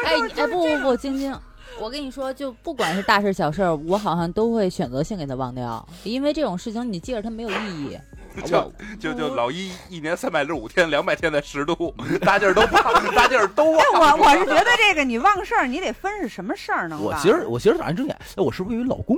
Speaker 2: 哎你哎不不不，晶晶，我跟你说，就不管是大事小事儿，我好像都会选择性给他忘掉，因为这种事情你记着它没有意义。我
Speaker 3: (laughs) 就就老一一年三百六十五天，两百天的十度，大劲儿都胖，大劲儿都
Speaker 5: 但
Speaker 3: 忘。
Speaker 5: 哎我我是觉得这个你忘事儿，你得分是什么事儿能忘。
Speaker 4: 我媳妇儿，我媳妇儿早上睁眼，哎，我是不是有一老公？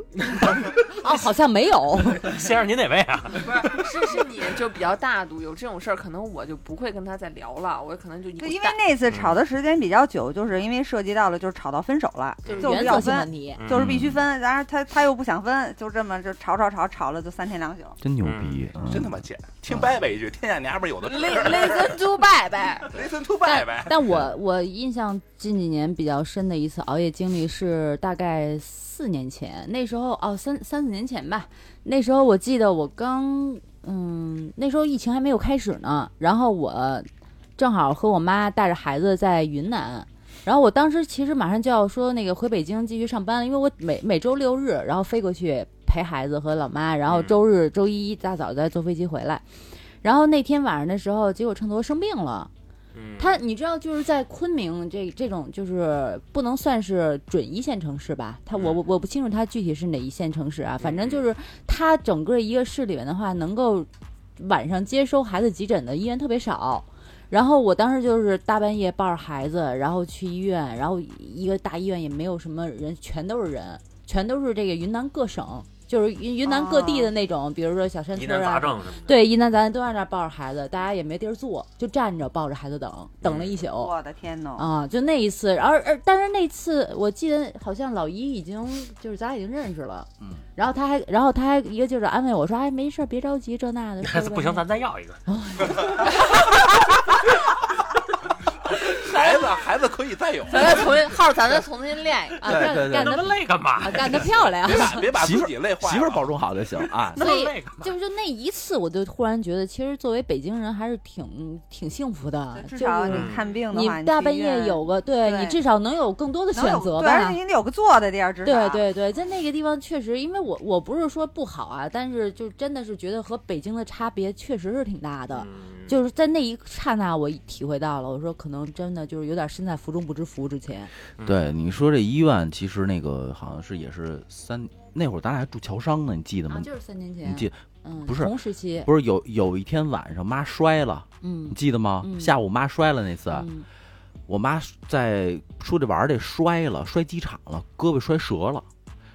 Speaker 2: 哦，好像没
Speaker 5: (laughs)
Speaker 2: 有。
Speaker 1: 先生您哪位啊？
Speaker 6: 不是，是是你就比较大度，有这种事儿可能我就不会跟他再聊了，我可能就一
Speaker 5: 对，
Speaker 6: 股
Speaker 5: 因为
Speaker 6: 蛋
Speaker 5: 那次吵的时间比较久，就是因为涉及到了，就是吵到分手了，
Speaker 6: 就是
Speaker 5: 就
Speaker 2: 原
Speaker 5: 要
Speaker 2: 则性问
Speaker 5: 分， (laughs)
Speaker 2: 题。
Speaker 1: 嗯
Speaker 5: 就是必须分。然后他他又不想分，就这么就吵吵吵吵了，就三天两宿。
Speaker 4: 真牛逼，嗯
Speaker 3: 真他妈贱！听伯伯一句，天下娘们儿有的
Speaker 6: Li- listen to 拜拜。
Speaker 3: 雷森 to 伯
Speaker 5: (laughs)
Speaker 2: 但
Speaker 3: (laughs) 伯，
Speaker 2: 但我我印象近几年比较深的一次熬夜经历是大概四年前，那时候哦三三四年前吧，那时候我记得我刚嗯那时候疫情还没有开始呢，然后我正好和我妈带着孩子在云南，然后我当时其实马上就要说那个回北京继续上班了，因为我每每周六日然后飞过去陪孩子和老妈，然后
Speaker 1: 嗯
Speaker 2: 周日周一一大早再坐飞机回来。然后那天晚上的时候，结果秤砣生病了。
Speaker 1: 嗯，
Speaker 2: 他你知道就是在昆明这这种就是不能算是准一线城市吧？他我我我不清楚他具体是哪一线城市啊，反正就是他整个一个市里面的话，能够晚上接收孩子急诊的医院特别少。然后我当时就是大半夜抱着孩子，然后去医院，然后一个大医院也没有什么人，全都是人，全都是这个云南各省，就是云云南各地的那种，比如说小山
Speaker 1: 疑
Speaker 2: 村
Speaker 1: 难
Speaker 2: 啊
Speaker 1: 杂，症什么的，
Speaker 2: 对，一男咱都在那儿抱着孩子，大家也没地儿坐，就站着抱着孩子等，等了一宿。
Speaker 4: 嗯
Speaker 5: 我的天呐！
Speaker 2: 啊，就那一次，而而但是那次我记得好像老一已经就是咱俩已经认识了，
Speaker 4: 嗯，
Speaker 2: 然后他还然后他还一个劲儿的安慰我说，哎，没事儿，别着急，这那的，说了
Speaker 1: 不行，
Speaker 2: 半
Speaker 1: 咱再要一个。
Speaker 3: 孩子孩子可以再有，
Speaker 6: 咱再重新号，咱再重新练一个。
Speaker 2: 天啊，干
Speaker 4: 对对对
Speaker 2: 干
Speaker 1: 那
Speaker 2: 得
Speaker 1: 么累干嘛
Speaker 2: 啊？干得漂亮
Speaker 4: (laughs)
Speaker 3: 别，把别把自己累坏了。
Speaker 4: 嗯媳妇儿保重好就行
Speaker 1: (laughs)
Speaker 4: 啊。
Speaker 1: 那么累干嘛？
Speaker 2: 就是就那一次，我就忽然觉得，其实作为北京人还是挺挺幸福的，
Speaker 5: 至
Speaker 2: 就
Speaker 5: 少
Speaker 2: 是
Speaker 5: 你
Speaker 1: 嗯
Speaker 5: 看病的
Speaker 2: 你
Speaker 5: 话，你
Speaker 2: 大
Speaker 5: 去
Speaker 2: 半
Speaker 5: 医
Speaker 2: 夜
Speaker 5: 院
Speaker 2: 有个对
Speaker 5: 对
Speaker 2: 你至少能有更多的
Speaker 5: 能有
Speaker 2: 选择
Speaker 5: 对，啊
Speaker 2: 吧
Speaker 5: 而且。你得有个坐的地儿，至
Speaker 2: 对
Speaker 5: 少
Speaker 2: 对对，在那个地方确实，因为我我不是说不好啊，但是就真的是觉得和北京的差别确实是挺大的。
Speaker 1: 嗯
Speaker 2: 就是在那一刹那，我体会到了，我说可能真的就是有点身在福中不知福之前。
Speaker 4: 对，你说这医院其实那个好像是也是三那会儿咱俩还住侨商呢，你记得
Speaker 2: 啊
Speaker 4: 吗？
Speaker 2: 就是三年
Speaker 4: 你记
Speaker 2: 嗯，
Speaker 4: 不是
Speaker 2: 同时期，
Speaker 4: 不是有有一天晚上妈摔了，
Speaker 2: 嗯
Speaker 4: 你，记得吗？
Speaker 2: 嗯
Speaker 4: 下午妈摔了那次，
Speaker 2: 嗯
Speaker 4: 我妈在出去玩儿这摔了，摔机场了，胳膊摔折了，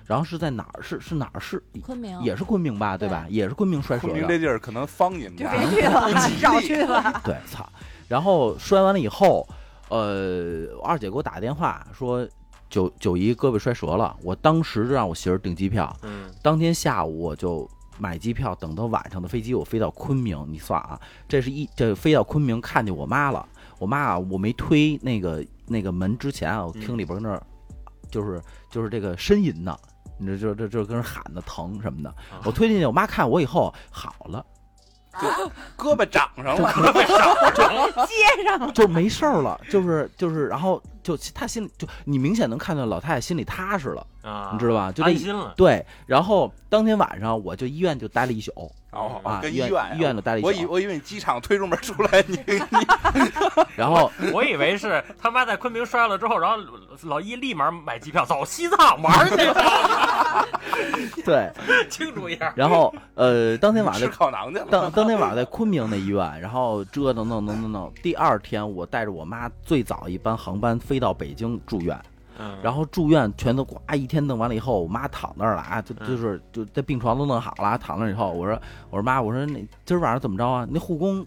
Speaker 4: 然后是在哪儿？是是哪儿？是
Speaker 2: 昆明
Speaker 4: 也是昆明吧？对吧？也是昆明摔折
Speaker 3: 昆明
Speaker 4: 的
Speaker 3: 这。地儿可能方你们
Speaker 5: 就
Speaker 3: 家，
Speaker 5: 别去了，
Speaker 4: 啊
Speaker 5: 少去
Speaker 4: (laughs)
Speaker 5: 了。
Speaker 4: 对，操！然后摔完了以后，呃，我二姐给我打电话说九九姨胳膊摔折了，我当时就让我媳妇儿订机票，
Speaker 1: 嗯，
Speaker 4: 当天下午我就买机票，等到晚上的飞机，我飞到昆明。你算啊，这是一这飞到昆明看见我妈了。我妈啊，我没推那个那个门之前啊，我
Speaker 1: 嗯
Speaker 4: 听里边那儿、就是就是这个呻吟呢，你这这这这跟人喊的疼什么的。
Speaker 1: 啊
Speaker 4: 我推进去，我妈看我以后好
Speaker 1: (laughs)
Speaker 4: 了，
Speaker 3: 胳膊长上了，
Speaker 5: 街上了，
Speaker 4: 就没事儿了，就是就是，然后就她心里就你明显能看到老太太心里踏实了，
Speaker 1: 啊，
Speaker 4: 你知道吧？就这
Speaker 1: 安
Speaker 4: 一
Speaker 1: 心了。
Speaker 4: 对，然后当天晚上我就医院就待了一宿
Speaker 3: 哦
Speaker 4: 啊，
Speaker 3: 跟医
Speaker 4: 医
Speaker 3: 院啊
Speaker 4: 医院就待了一宿，
Speaker 3: 我以我以为你机场推出门出来，你你
Speaker 4: 然后
Speaker 1: 我以为是他妈在昆明摔了之后，然后老一立马买机票走西藏玩儿 (laughs)
Speaker 4: 对，
Speaker 1: 去，庆祝一下。
Speaker 4: 然后呃，当天晚上
Speaker 3: 吃
Speaker 4: 在
Speaker 3: 烤馕去了。
Speaker 4: 当当天晚上在昆明那医院，然后折腾弄弄弄弄。第二天我带着我妈最早一班航班飞到北京住院，
Speaker 1: 嗯
Speaker 4: 然后住院全都呱一天弄完了以后，我妈躺那儿了啊，就
Speaker 1: 嗯
Speaker 4: 就是就在病床都弄好了，啊躺那儿以后，我说我说妈，我说那今儿晚上怎么着啊？那护工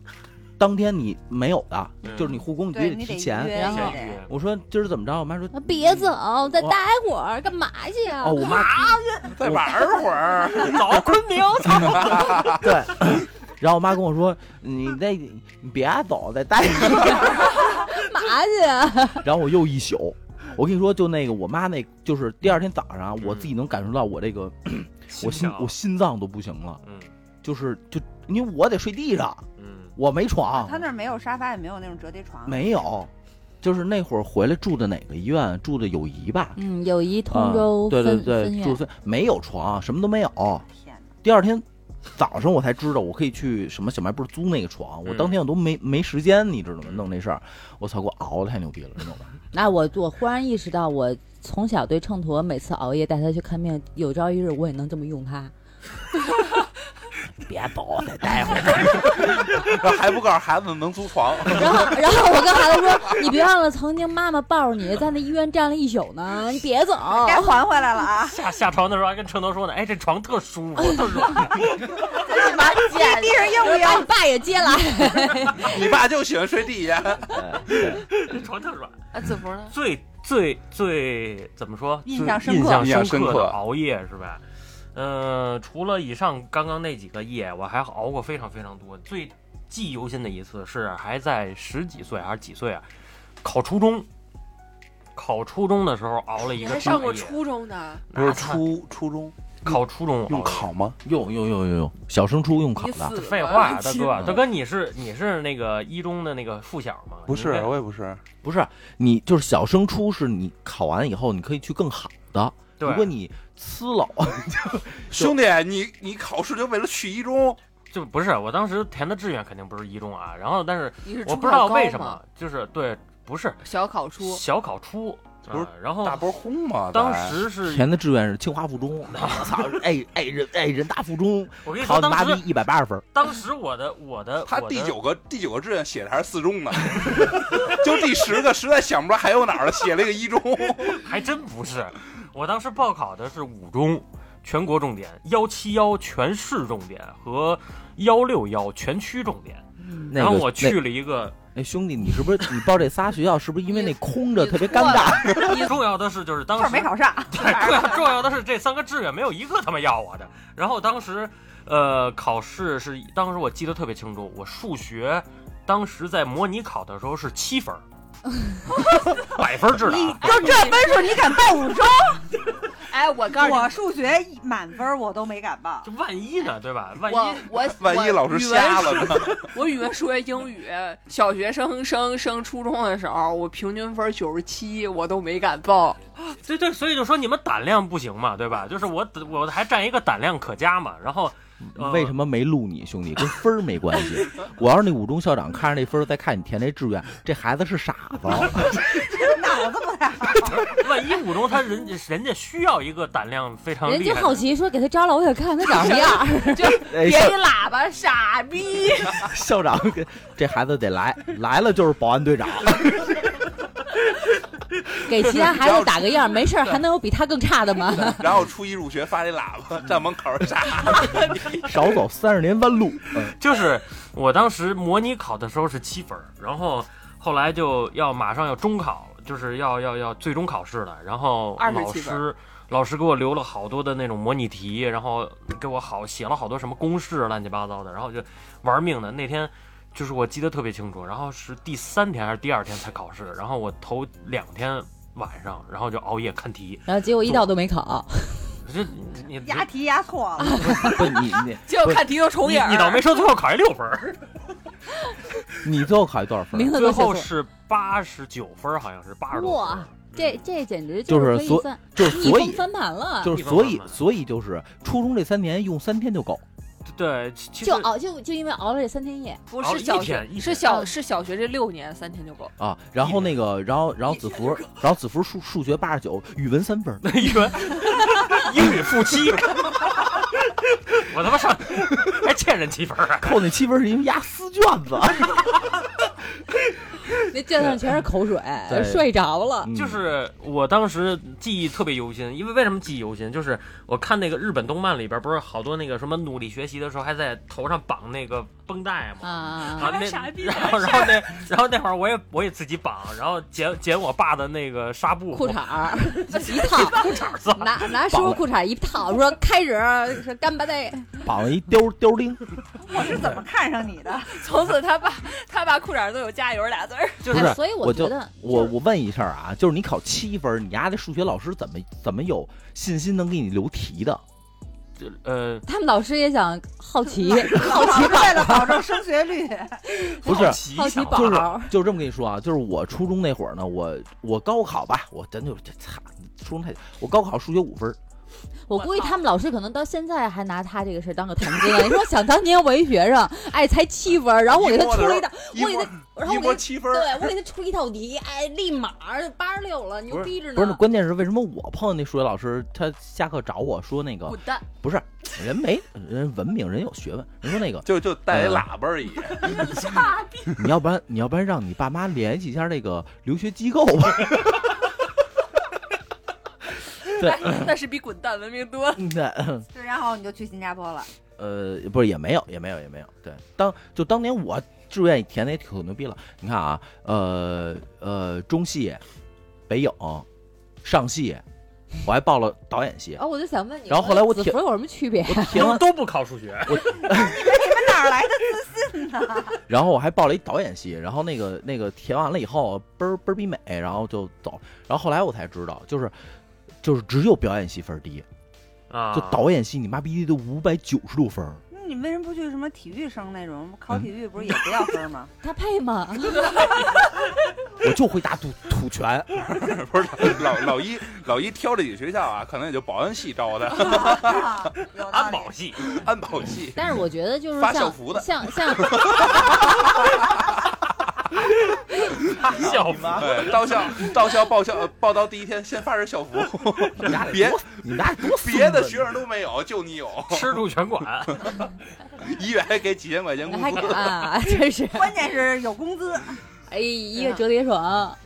Speaker 4: 当天你没有的，
Speaker 1: 嗯
Speaker 4: 就是你护工你必
Speaker 5: 对
Speaker 4: 须
Speaker 5: 你得
Speaker 4: 提前。
Speaker 5: 约
Speaker 2: 然后
Speaker 5: 你得
Speaker 4: 我说今儿怎么着？我
Speaker 5: (laughs)
Speaker 4: 妈说
Speaker 2: 啊别走，再待会儿，干嘛去啊？
Speaker 4: 哦，我妈
Speaker 3: (laughs) 再玩会儿，
Speaker 4: (laughs)
Speaker 1: 走昆明，操！
Speaker 4: 对， (laughs) 然后我妈跟我说：“你那，你别走，再待一会儿。
Speaker 2: 干嘛去
Speaker 4: (laughs)
Speaker 2: 啊？”
Speaker 4: 然后我又一宿，我跟你说，就那个我妈那，就是第二天早上，啊我自己能感受到我这个，我嗯心我心脏都不行了，
Speaker 1: 嗯
Speaker 4: 就是就因为我得睡地上，
Speaker 1: 嗯
Speaker 4: 我没
Speaker 2: 啊
Speaker 4: 床
Speaker 5: 他，那儿没有沙发，也没有那种折叠床，
Speaker 4: 没有，就是那会儿回来住的哪个医院？住的友谊吧，
Speaker 2: 嗯，友谊通
Speaker 4: 啊
Speaker 2: 州
Speaker 4: 对
Speaker 2: 分
Speaker 4: 对
Speaker 2: 分
Speaker 4: 对，
Speaker 2: 院
Speaker 4: 住分没有床，什么都没有。
Speaker 5: 天哪！
Speaker 4: 第二天早上我才知道我可以去什么小卖部租那个床，我当天我都没没时间，你知道吗？弄那事儿，我操，给我熬的太牛逼了，你知道吗？
Speaker 2: 那我我忽然意识到，我从小对秤砣每次熬夜带他去看病，有朝一日我也能这么用它。
Speaker 4: 别走，再待会儿。
Speaker 3: 还不告诉孩子能租房，
Speaker 2: 然后，然后我跟孩子说：“你别忘了，曾经妈妈抱着你在那医院站了一宿 (laughs) 呢，你别走。
Speaker 5: 该还回来了啊！
Speaker 1: 下下床的时候还跟程头说呢，哎，这床特舒服，特软。
Speaker 2: 哦
Speaker 5: (laughs)
Speaker 6: 把姐
Speaker 5: 地上
Speaker 2: (laughs)
Speaker 5: 硬不
Speaker 2: 把
Speaker 5: 硬？
Speaker 2: 你爸也接来。
Speaker 3: (laughs) 你爸就喜欢睡地下。
Speaker 1: 这床特软。
Speaker 6: 啊，子福呢？
Speaker 1: 最最最怎么说？
Speaker 5: 印
Speaker 1: 最
Speaker 5: 象深刻
Speaker 1: 印
Speaker 3: 印象深
Speaker 1: 刻
Speaker 3: 刻
Speaker 1: 的熬夜是吧？呃，除了以上刚刚那几个夜，我还熬过非常非常多。最记忆犹新的一次是还在十几岁还是几岁啊？考初中，考初中的时候熬了一
Speaker 6: 你
Speaker 1: 个
Speaker 6: 还
Speaker 1: 大
Speaker 6: 上过
Speaker 1: 夜
Speaker 6: 初中的？
Speaker 1: 那
Speaker 3: 不是
Speaker 1: 他
Speaker 3: 初初中，
Speaker 1: 考初中
Speaker 3: 用
Speaker 1: 老师
Speaker 3: 考吗？
Speaker 4: 用用用用用，小升初用考
Speaker 6: 你
Speaker 4: 的，
Speaker 6: 死
Speaker 1: 废
Speaker 6: 了
Speaker 1: 话，大
Speaker 6: 亲
Speaker 1: 哥，大哥，你是你是那个一中的那个附小吗？
Speaker 3: 不是
Speaker 4: 嗯
Speaker 1: 你，
Speaker 3: 我也不是。
Speaker 4: 不是你就是小升初是你考完以后你可以去更好的，
Speaker 1: 对
Speaker 4: 如果你呲了，
Speaker 3: 兄弟，你你考试就为了去一中？
Speaker 1: 就不是，我当时填的志愿肯定不是一中啊。然后，但是
Speaker 6: 你是
Speaker 1: 我
Speaker 6: 初
Speaker 1: 不知
Speaker 6: 考
Speaker 1: 道
Speaker 6: 高
Speaker 1: 为什
Speaker 6: 吗
Speaker 1: 么，就是对，不是
Speaker 6: 小考初，
Speaker 1: 小考初，
Speaker 3: 不是
Speaker 1: 啊然后
Speaker 3: 大波轰嘛！
Speaker 1: 当
Speaker 3: 咱
Speaker 1: 时是，
Speaker 4: (laughs) 填的志愿是清华附中，我操，哎哎人哎人大附中，
Speaker 1: 我跟你说，
Speaker 4: 考你
Speaker 1: 当
Speaker 4: 妈逼
Speaker 1: 时
Speaker 4: 一百八十分，
Speaker 1: 当时我的我的
Speaker 3: 他
Speaker 1: 我
Speaker 3: 第
Speaker 1: 的
Speaker 3: 九个第九个志愿写的还是四中呢， (laughs) 就第十个实在想不出来还有哪儿了，写了一个一
Speaker 4: (laughs)
Speaker 3: 中。
Speaker 1: 还真不是，我当时报考的是五中全国重点、幺七幺全市重点和幺六幺全区重点，
Speaker 4: 那
Speaker 1: 嗯然后
Speaker 4: 个
Speaker 1: 我
Speaker 4: 那
Speaker 1: 去了一个。
Speaker 4: 哎兄弟，你是不是你报这仨学校是不是因为那空着
Speaker 6: 你
Speaker 4: 特别尴尬？
Speaker 1: 重要的是就是当
Speaker 5: 这儿
Speaker 1: 时
Speaker 5: 没考上，
Speaker 1: (laughs) 对啊，重要的是这三个志愿没有一个他妈要我的。然后当时，呃，考试是当时我记得特别清楚，我数学当时在模拟考的时候是七
Speaker 2: (laughs)
Speaker 1: 分儿，百分制的啊。
Speaker 5: 就这分数你敢报五中？
Speaker 6: 哎，我告诉你
Speaker 5: 我，数学满分我都没敢报，
Speaker 1: 就万一呢，对吧？万
Speaker 6: 我
Speaker 1: 一
Speaker 6: 我
Speaker 3: 万一
Speaker 6: 我
Speaker 3: 老师
Speaker 6: 语文
Speaker 3: 瞎了
Speaker 6: 数
Speaker 3: 呢？
Speaker 6: 我语文、数学、英语，小学生升升初中的时候，我平均分九十七，我都没敢报。
Speaker 1: 对对，所以就说你们胆量不行嘛，对吧？就是我我还占一个胆量可嘉嘛。然后，呃
Speaker 4: 为什么没录你兄弟？跟分儿没关系。我要是那五中校长，看着那分儿再看你填这志愿，这孩子是傻子。
Speaker 5: 脑子不太好。
Speaker 1: 万一五中他人家人家需要一个胆量非常
Speaker 2: 人
Speaker 1: 厉
Speaker 2: 家
Speaker 1: 害的
Speaker 2: 好奇说给他招了，我得看他长什么样儿。
Speaker 6: 就别
Speaker 4: 哎
Speaker 6: 一
Speaker 4: 校
Speaker 6: (laughs) 喇叭，傻逼！
Speaker 4: 校长，这孩子得来，来了就是保安队长。
Speaker 2: 给其他孩子打个样儿，没事儿还能有比他更差的吗？
Speaker 3: 然后初一入学发那喇叭，站门
Speaker 4: (laughs)
Speaker 3: 口啥？
Speaker 1: (laughs)
Speaker 4: 少走三十年弯路。
Speaker 1: 就是我当时模拟考的时候是七分儿，然后后来就要马上要中考，就是要要要最终考试了。然后老
Speaker 6: 27分
Speaker 1: 师老师给我留了好多的那种模拟题，然后给我好写了好多什么公式乱七八糟的，然后就玩命的那天。就是我记得特别清楚，然后是第三天还是第二天才考试，然后我头两天晚上，然后就熬夜看题，
Speaker 2: 然后结果一道都没考，
Speaker 1: 这你你你
Speaker 5: 押题押错
Speaker 2: 啊
Speaker 5: 了，
Speaker 4: (laughs) 不，你你
Speaker 6: 结果看题都重影儿
Speaker 1: 你倒霉说最后考一六分儿，
Speaker 4: 你最后考虑多少分
Speaker 2: 名
Speaker 4: 儿？
Speaker 2: 字
Speaker 1: 最
Speaker 2: 都写
Speaker 1: 后
Speaker 2: 错。
Speaker 1: 是八十九分儿，好像是八十多分
Speaker 2: 哇
Speaker 1: 儿。，
Speaker 2: 这这简直
Speaker 4: 就是是
Speaker 2: 可以
Speaker 4: 所
Speaker 2: 算
Speaker 4: 就是
Speaker 2: 逆
Speaker 4: 所
Speaker 2: 风
Speaker 4: 以
Speaker 2: 翻盘了，
Speaker 4: 就是所以所以就是初中这三年用三天就够。
Speaker 1: 嗯对，其其实
Speaker 2: 就熬就就因为熬了这三天夜，
Speaker 6: 不
Speaker 1: 熬
Speaker 6: 是小
Speaker 1: 哦一天
Speaker 6: 学
Speaker 1: 一，天
Speaker 6: 是小是小学这六年三天就够。
Speaker 4: 啊，然后那个，然后然后子福，然后子福数数学八十九，语文三分儿， (laughs)
Speaker 1: 语文、英语负七， (laughs) 我他妈上还欠人七分儿啊！
Speaker 4: 扣那七分儿是因为压撕卷子，
Speaker 2: 那卷上全是口水
Speaker 4: 对，
Speaker 2: 睡着了。
Speaker 4: 嗯
Speaker 1: (laughs) (laughs) 就是我当时记忆特别犹新，因为为什么记忆犹新？就是我看那个日本动漫里边，不是好多那个什么努力学习的时候，还在头上绑那个绷带
Speaker 2: 啊
Speaker 1: 吗？
Speaker 2: 啊
Speaker 1: 啊
Speaker 2: 啊！
Speaker 1: 那
Speaker 6: 傻逼
Speaker 1: 然后然后那然后那会儿我也我也自己绑，然后剪剪我爸的那个纱布
Speaker 2: 裤衩 (laughs) 儿一套，
Speaker 1: 裤衩子，
Speaker 2: 拿拿师傅裤衩一套，说开始是干巴带，
Speaker 4: 嗯绑了一
Speaker 1: (laughs)
Speaker 4: 貂貂钉，
Speaker 5: 我是怎么看上你
Speaker 2: (laughs)
Speaker 5: 的？
Speaker 6: 从此他爸他爸裤衩儿都有加油俩字儿。
Speaker 1: 就
Speaker 4: 不
Speaker 1: 是
Speaker 4: 是
Speaker 2: 哎所以
Speaker 4: 我
Speaker 2: 觉
Speaker 4: 就
Speaker 2: 得
Speaker 4: 我
Speaker 2: 就是
Speaker 4: 我问一下啊，就是你考七分儿，你丫的数学老师怎么怎么有信心能给你留题的？
Speaker 1: 呃。
Speaker 2: 他们老师也想 (laughs) 好奇，
Speaker 5: 老师为了保证升学
Speaker 2: (laughs)
Speaker 5: 率，
Speaker 4: 不
Speaker 2: 啊
Speaker 4: 是
Speaker 1: 好奇
Speaker 2: 好奇
Speaker 1: 想
Speaker 2: 宝
Speaker 1: 法
Speaker 4: 就是就是这么跟你说啊，就是我初中那会儿呢，我我高考吧，我真就这操，初中太我高考数学五分儿，
Speaker 2: 我估计他们老师可能到现在还拿他这个事儿当个谈资呢。你说想当年我一学生，哎，才七分儿，然后我给他出了一道，
Speaker 3: 一
Speaker 2: 我给
Speaker 3: 摸
Speaker 2: 他，然后
Speaker 3: 一
Speaker 2: 我
Speaker 3: 摸
Speaker 2: 给他，
Speaker 3: 七分儿，
Speaker 2: 对我给他出一道题，哎，立马八十六了，牛逼着
Speaker 4: 不是，那
Speaker 2: 呢。
Speaker 4: 关键是为什么我碰见那数学老师，他下课找我说那个
Speaker 6: (laughs) 滚蛋！
Speaker 4: 不是人没人文明人有学问，人说那
Speaker 3: (laughs)
Speaker 4: 个
Speaker 3: (laughs) 就就带一喇叭而已。
Speaker 4: 你要不然你要不然让你爸妈联系一下那个留学机构吧，对
Speaker 6: 哎，那是比滚蛋文明多了。
Speaker 4: 那
Speaker 5: 对，然后你就去新加坡了。
Speaker 4: 呃不是也没有也没有也没有，对，当就当年我志愿填的也挺牛逼了，你看啊，呃呃中戏、北影、上戏，我还报了导演系
Speaker 3: (laughs)
Speaker 2: 啊，，我就想问你，
Speaker 4: 然后后来我
Speaker 2: 子
Speaker 4: 舔
Speaker 2: 服有什么区别？
Speaker 4: 我填
Speaker 1: 都
Speaker 4: 完，
Speaker 1: 都不考数学，
Speaker 5: 你们哪儿来的自信呢？ (laughs)
Speaker 4: 然后我还报了一导演系，然后那个那个填完了以后倍儿倍儿逼美，然后就走，然后后来我才知道，就是就是只有表演系分儿低。
Speaker 1: 啊，
Speaker 4: 就导演系你妈逼的五百九十多分儿，
Speaker 5: 那你为什么不去什么体育生那种？考体育不是也不要分
Speaker 2: (laughs)
Speaker 5: 吗？
Speaker 2: 他配吗？
Speaker 4: 我就会打土土拳，
Speaker 3: 不是老老一老一挑这几个学校啊，可能也就保安系招的，
Speaker 5: 有道
Speaker 1: 安
Speaker 5: 理。
Speaker 1: 保系，
Speaker 3: 安保 (laughs) 系。
Speaker 2: 但是我觉得就是
Speaker 3: 发
Speaker 2: 像
Speaker 3: 校服的
Speaker 2: 像像
Speaker 1: 校服
Speaker 3: 对，到校到校报校呃报到第一天先发人校服， (laughs)
Speaker 4: 你们俩得
Speaker 3: 别
Speaker 4: 多你们俩得多孙子
Speaker 3: 别的学生都没有，就你有，
Speaker 1: 吃住全
Speaker 6: (laughs)
Speaker 1: 管，
Speaker 3: 一月还给几千块钱工
Speaker 2: 还
Speaker 3: 资。
Speaker 2: 啊，真是
Speaker 5: 关键是有工
Speaker 2: (laughs)
Speaker 5: 资，
Speaker 2: 哎，一
Speaker 5: 啊
Speaker 2: 个折叠
Speaker 5: 哦
Speaker 2: 床，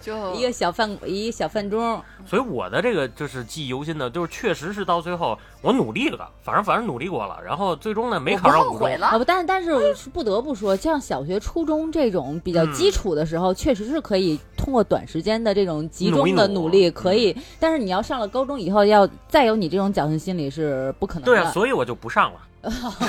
Speaker 6: 就
Speaker 2: 一个小饭一个小饭钟，
Speaker 5: 啊
Speaker 1: 所以我的这个就是记忆犹新的，就是确实是到最后我努力了，反正反正努力过了，然后最终呢没
Speaker 6: 我不
Speaker 1: 考上
Speaker 6: 后
Speaker 1: 五中
Speaker 6: 悔，
Speaker 2: 啊
Speaker 6: 了。
Speaker 2: 不，但但是我是不得不说，像小学、初中这种比较
Speaker 1: 嗯
Speaker 2: 基础的时候，确实是可以通过短时间的这种集
Speaker 1: 努一
Speaker 2: 中的
Speaker 1: 努嗯
Speaker 2: 努力，可以。但是你要上了高中以后，要再有你这种侥幸心理是不可能的。
Speaker 1: 对啊，所以我就不上了。
Speaker 6: 嗯
Speaker 2: 所以听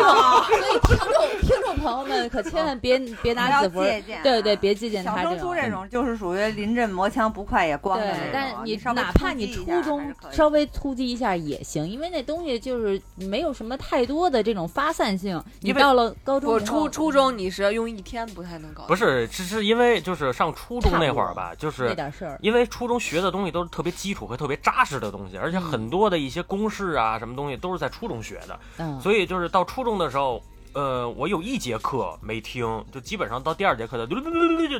Speaker 2: 众，所以听众听众朋友们可千万别别
Speaker 5: 不
Speaker 2: 拿
Speaker 5: 要
Speaker 2: 字符，
Speaker 5: 借鉴啊。
Speaker 2: 对对，别借鉴
Speaker 5: 小
Speaker 2: 他
Speaker 5: 升
Speaker 2: 这
Speaker 5: 初
Speaker 2: 种。
Speaker 5: 这种就是属于临阵磨枪不快也光的
Speaker 2: 对
Speaker 5: 那种，
Speaker 2: 但是
Speaker 5: 你稍微
Speaker 2: 哪怕
Speaker 5: 突
Speaker 2: 你
Speaker 5: 击一
Speaker 2: 初
Speaker 5: 下还
Speaker 2: 中
Speaker 5: 是可以
Speaker 2: 稍微突击一下也行，因为那东西就是没有什么太多的这种发散性。你
Speaker 6: 因为
Speaker 2: 到了高中以后，
Speaker 6: 我初初中你是用一天不太能搞，
Speaker 1: 不是，只是因为就是上初中那会儿吧，就
Speaker 2: 那
Speaker 1: 是
Speaker 2: 点事儿，
Speaker 1: 因为初中学的东西都是特别基础和特别扎实的东西，而
Speaker 6: 嗯
Speaker 1: 且很多的一些公式啊什么东西都是在初中学的，
Speaker 2: 嗯，
Speaker 1: 所以就是到初中的时候。呃，我有一节课没听，就基本上到第二节课的就就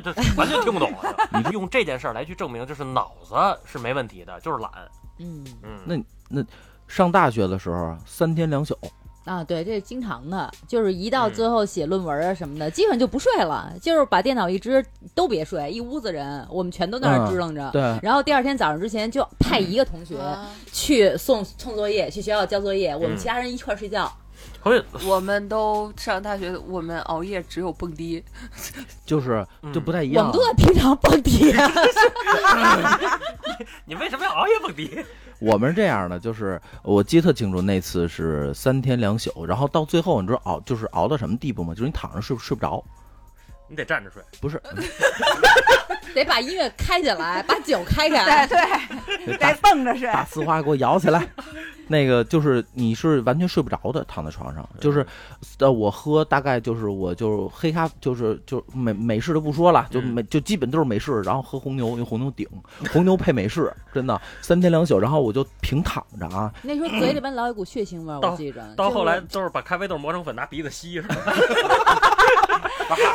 Speaker 1: 就完全听不懂了。 (laughs) 你用这件事儿来去证明，就是脑子是没问题的，就是懒。
Speaker 2: 嗯
Speaker 1: 嗯，
Speaker 4: 那上大学的时候三天两宿，
Speaker 2: 啊，对，这是经常的，就是一到
Speaker 5: 嗯
Speaker 2: 最后写论文啊什么的，基本就不睡了，就是把电脑一支都别睡，一屋子人我们全都在那儿支棱着。
Speaker 4: 嗯对，
Speaker 2: 然后第二天早上之前就派一个同学
Speaker 5: 嗯
Speaker 6: 啊
Speaker 2: 去送送作业，去学校交作业，我们
Speaker 1: 嗯
Speaker 2: 其他人一块儿睡觉。
Speaker 1: 所以
Speaker 6: 我们都上大学，我们熬夜只有蹦迪，
Speaker 4: 就是就不太一
Speaker 2: 我
Speaker 4: 样。
Speaker 2: 们都在平常蹦
Speaker 4: (laughs)
Speaker 2: 迪，
Speaker 1: 你为什么要熬夜蹦迪？ (laughs)
Speaker 4: 我们是这样的，就是我记得特清楚，那次是三天两宿，然后到最后你知道熬就是熬到什么地步吗？就是你躺着睡睡不着，
Speaker 1: 你得站着睡。
Speaker 4: 不是
Speaker 2: 得把音乐开起来，把酒开
Speaker 5: 对
Speaker 2: 开。
Speaker 5: 对，
Speaker 2: (laughs)
Speaker 4: 打
Speaker 5: 得蹦着睡。
Speaker 4: 把丝花给我摇起来。那个就是你是完全睡不着的，躺在床上，就是，呃，我喝大概就是我就是黑咖，就是就美美式的不说了，就
Speaker 1: 嗯
Speaker 4: 美就基本都是美式，然后喝红牛用红牛顶，红牛配美式，真的三天两宿，然后我就平躺着啊，
Speaker 2: 那时候嘴里边老有股血腥味儿，我记着。
Speaker 1: 到
Speaker 2: 就是
Speaker 1: 后来都是把咖啡豆磨成粉，拿鼻子吸，是吧？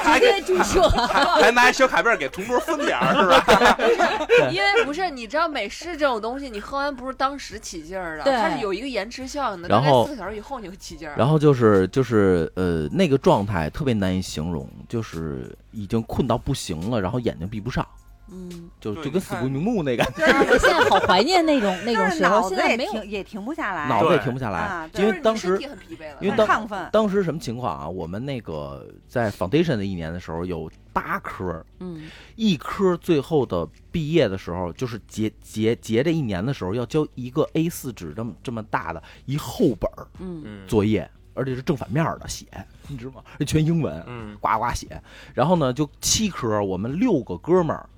Speaker 3: 还
Speaker 2: 直接注射，
Speaker 1: (laughs)
Speaker 3: 还拿一小卡片给同桌分点儿是吧？
Speaker 6: (laughs) 因为不是你知道美式这种东西，你喝完不是当时起劲儿的，
Speaker 2: 对
Speaker 6: 它是有一个延迟效应的，
Speaker 4: 然
Speaker 6: 大
Speaker 4: 后
Speaker 6: 概四个小时以后你会起劲儿。
Speaker 4: 然后就是就是呃那个状态特别难以形容，就是已经困到不行了，然后眼睛闭不上，
Speaker 6: 嗯，
Speaker 4: 就
Speaker 3: 对
Speaker 4: 就跟
Speaker 3: 你
Speaker 4: 死
Speaker 3: 看
Speaker 4: 不瞑目那感觉，
Speaker 2: 啊我现在好怀念那
Speaker 5: (laughs)
Speaker 2: 种那
Speaker 5: 就
Speaker 2: 种
Speaker 5: 是
Speaker 2: 时候，
Speaker 5: 脑
Speaker 2: 现
Speaker 5: 子
Speaker 2: 在
Speaker 5: 也
Speaker 2: 没有
Speaker 5: 停也停不下来，
Speaker 4: 脑子也
Speaker 1: 对
Speaker 4: 停不下来
Speaker 5: 哎啊，
Speaker 4: 因
Speaker 6: 就是
Speaker 4: 为
Speaker 6: 你
Speaker 4: 当
Speaker 6: 身
Speaker 4: 时
Speaker 6: 体很疲惫了，
Speaker 4: 因为
Speaker 5: 很
Speaker 4: 当
Speaker 5: 亢奋。
Speaker 4: 当时什么情况啊？我们那个在 foundation 的一年的时候有八科，
Speaker 2: 嗯
Speaker 4: 一科最后的毕业的时候，就是结结结这一年的时候要交一个 A 4纸这么这么大的一厚本儿
Speaker 2: 嗯
Speaker 1: 嗯
Speaker 4: 作业，而且是正反面的写，你知道吗？全英文，
Speaker 1: 嗯，
Speaker 4: 呱呱写。然后呢，就七科，我们六个哥们儿，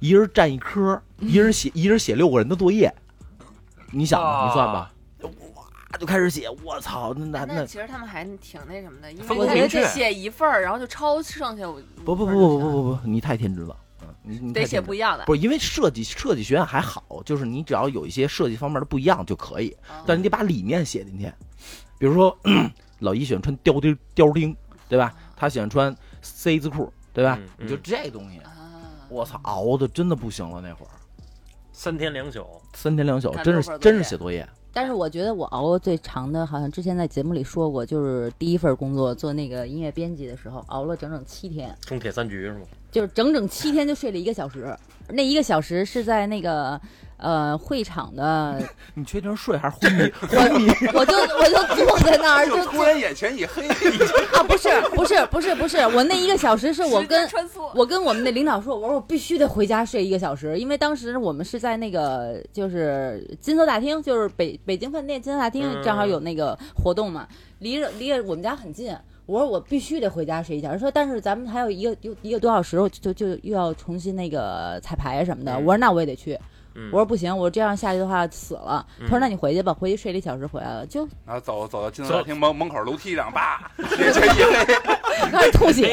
Speaker 4: 一人占一科，一人
Speaker 6: 嗯
Speaker 4: 写一人写六个人的作业。你想
Speaker 6: 啊
Speaker 4: 吧，你算吧，哇就开始写，我操，那那
Speaker 6: 那
Speaker 4: 啊那
Speaker 6: 其实他们还挺那什么的，因
Speaker 1: 分
Speaker 6: 为
Speaker 2: 工
Speaker 6: 他
Speaker 2: 明
Speaker 6: 就
Speaker 1: 确
Speaker 6: 写一份儿，然后就抄剩下我。
Speaker 4: 不不不不不不不，你太天真了，嗯，你你
Speaker 6: 得
Speaker 4: 太
Speaker 6: 写
Speaker 4: 天真
Speaker 6: 不一样的。
Speaker 4: 不是因为设计设计学院还好，就是你只要有一些设计方面的不一样就可以，
Speaker 6: 啊
Speaker 4: 但是你得把理念写进去。比如说， (clears throat) 老一喜欢穿貂钉貂钉，对吧？他喜欢穿 C 字裤，对吧
Speaker 1: 嗯？嗯
Speaker 4: 你就这东西，
Speaker 6: 啊，
Speaker 4: 我操，熬的真的不行了，那会儿
Speaker 1: 三天两宿，
Speaker 4: 三天两宿，
Speaker 6: 赶
Speaker 4: 真
Speaker 6: 作
Speaker 4: 是
Speaker 6: 业
Speaker 4: 真是写作业，
Speaker 2: 但是我觉得我熬过最长的，好像之前在节目里说过，就是第一份工作做那个音乐编辑的时候，熬了整整七天，
Speaker 1: 中铁三局是吗？
Speaker 2: 就是整整七天就睡了一个小时。那一个小时是在那个呃会
Speaker 1: (laughs)
Speaker 2: 场的，
Speaker 4: 你确定是睡还是昏迷？ (laughs) 昏迷，
Speaker 2: 我就我就坐在那儿 (laughs) 就
Speaker 3: 就突然眼前一黑，
Speaker 2: 啊，不是不是不是不是，我那一个小时是我
Speaker 6: 时间
Speaker 2: 跟
Speaker 6: 穿梭，
Speaker 2: 我跟我们的领导说，我说我必须得回家睡一个小时，因为当时我们是在那个就是金色大厅，就是北北京饭店金色大厅
Speaker 1: 嗯，
Speaker 2: 正好有那个活动嘛，离着离着我们家很近。我说我必须得回家睡一觉，说但是咱们还有一个有一个多小时，我就就就又要重新那个彩排什么的。
Speaker 1: 嗯
Speaker 2: 我说那我也得去，
Speaker 1: 嗯
Speaker 2: 我说不行，我这样下去的话死了。他
Speaker 1: 嗯
Speaker 2: 说那你回去吧，回去睡了一小时回来了，
Speaker 1: (laughs)
Speaker 2: 就
Speaker 3: 然后走走到金
Speaker 1: 走
Speaker 3: 色大厅门门口楼梯上，叭，这这一黑，
Speaker 2: 开始吐血。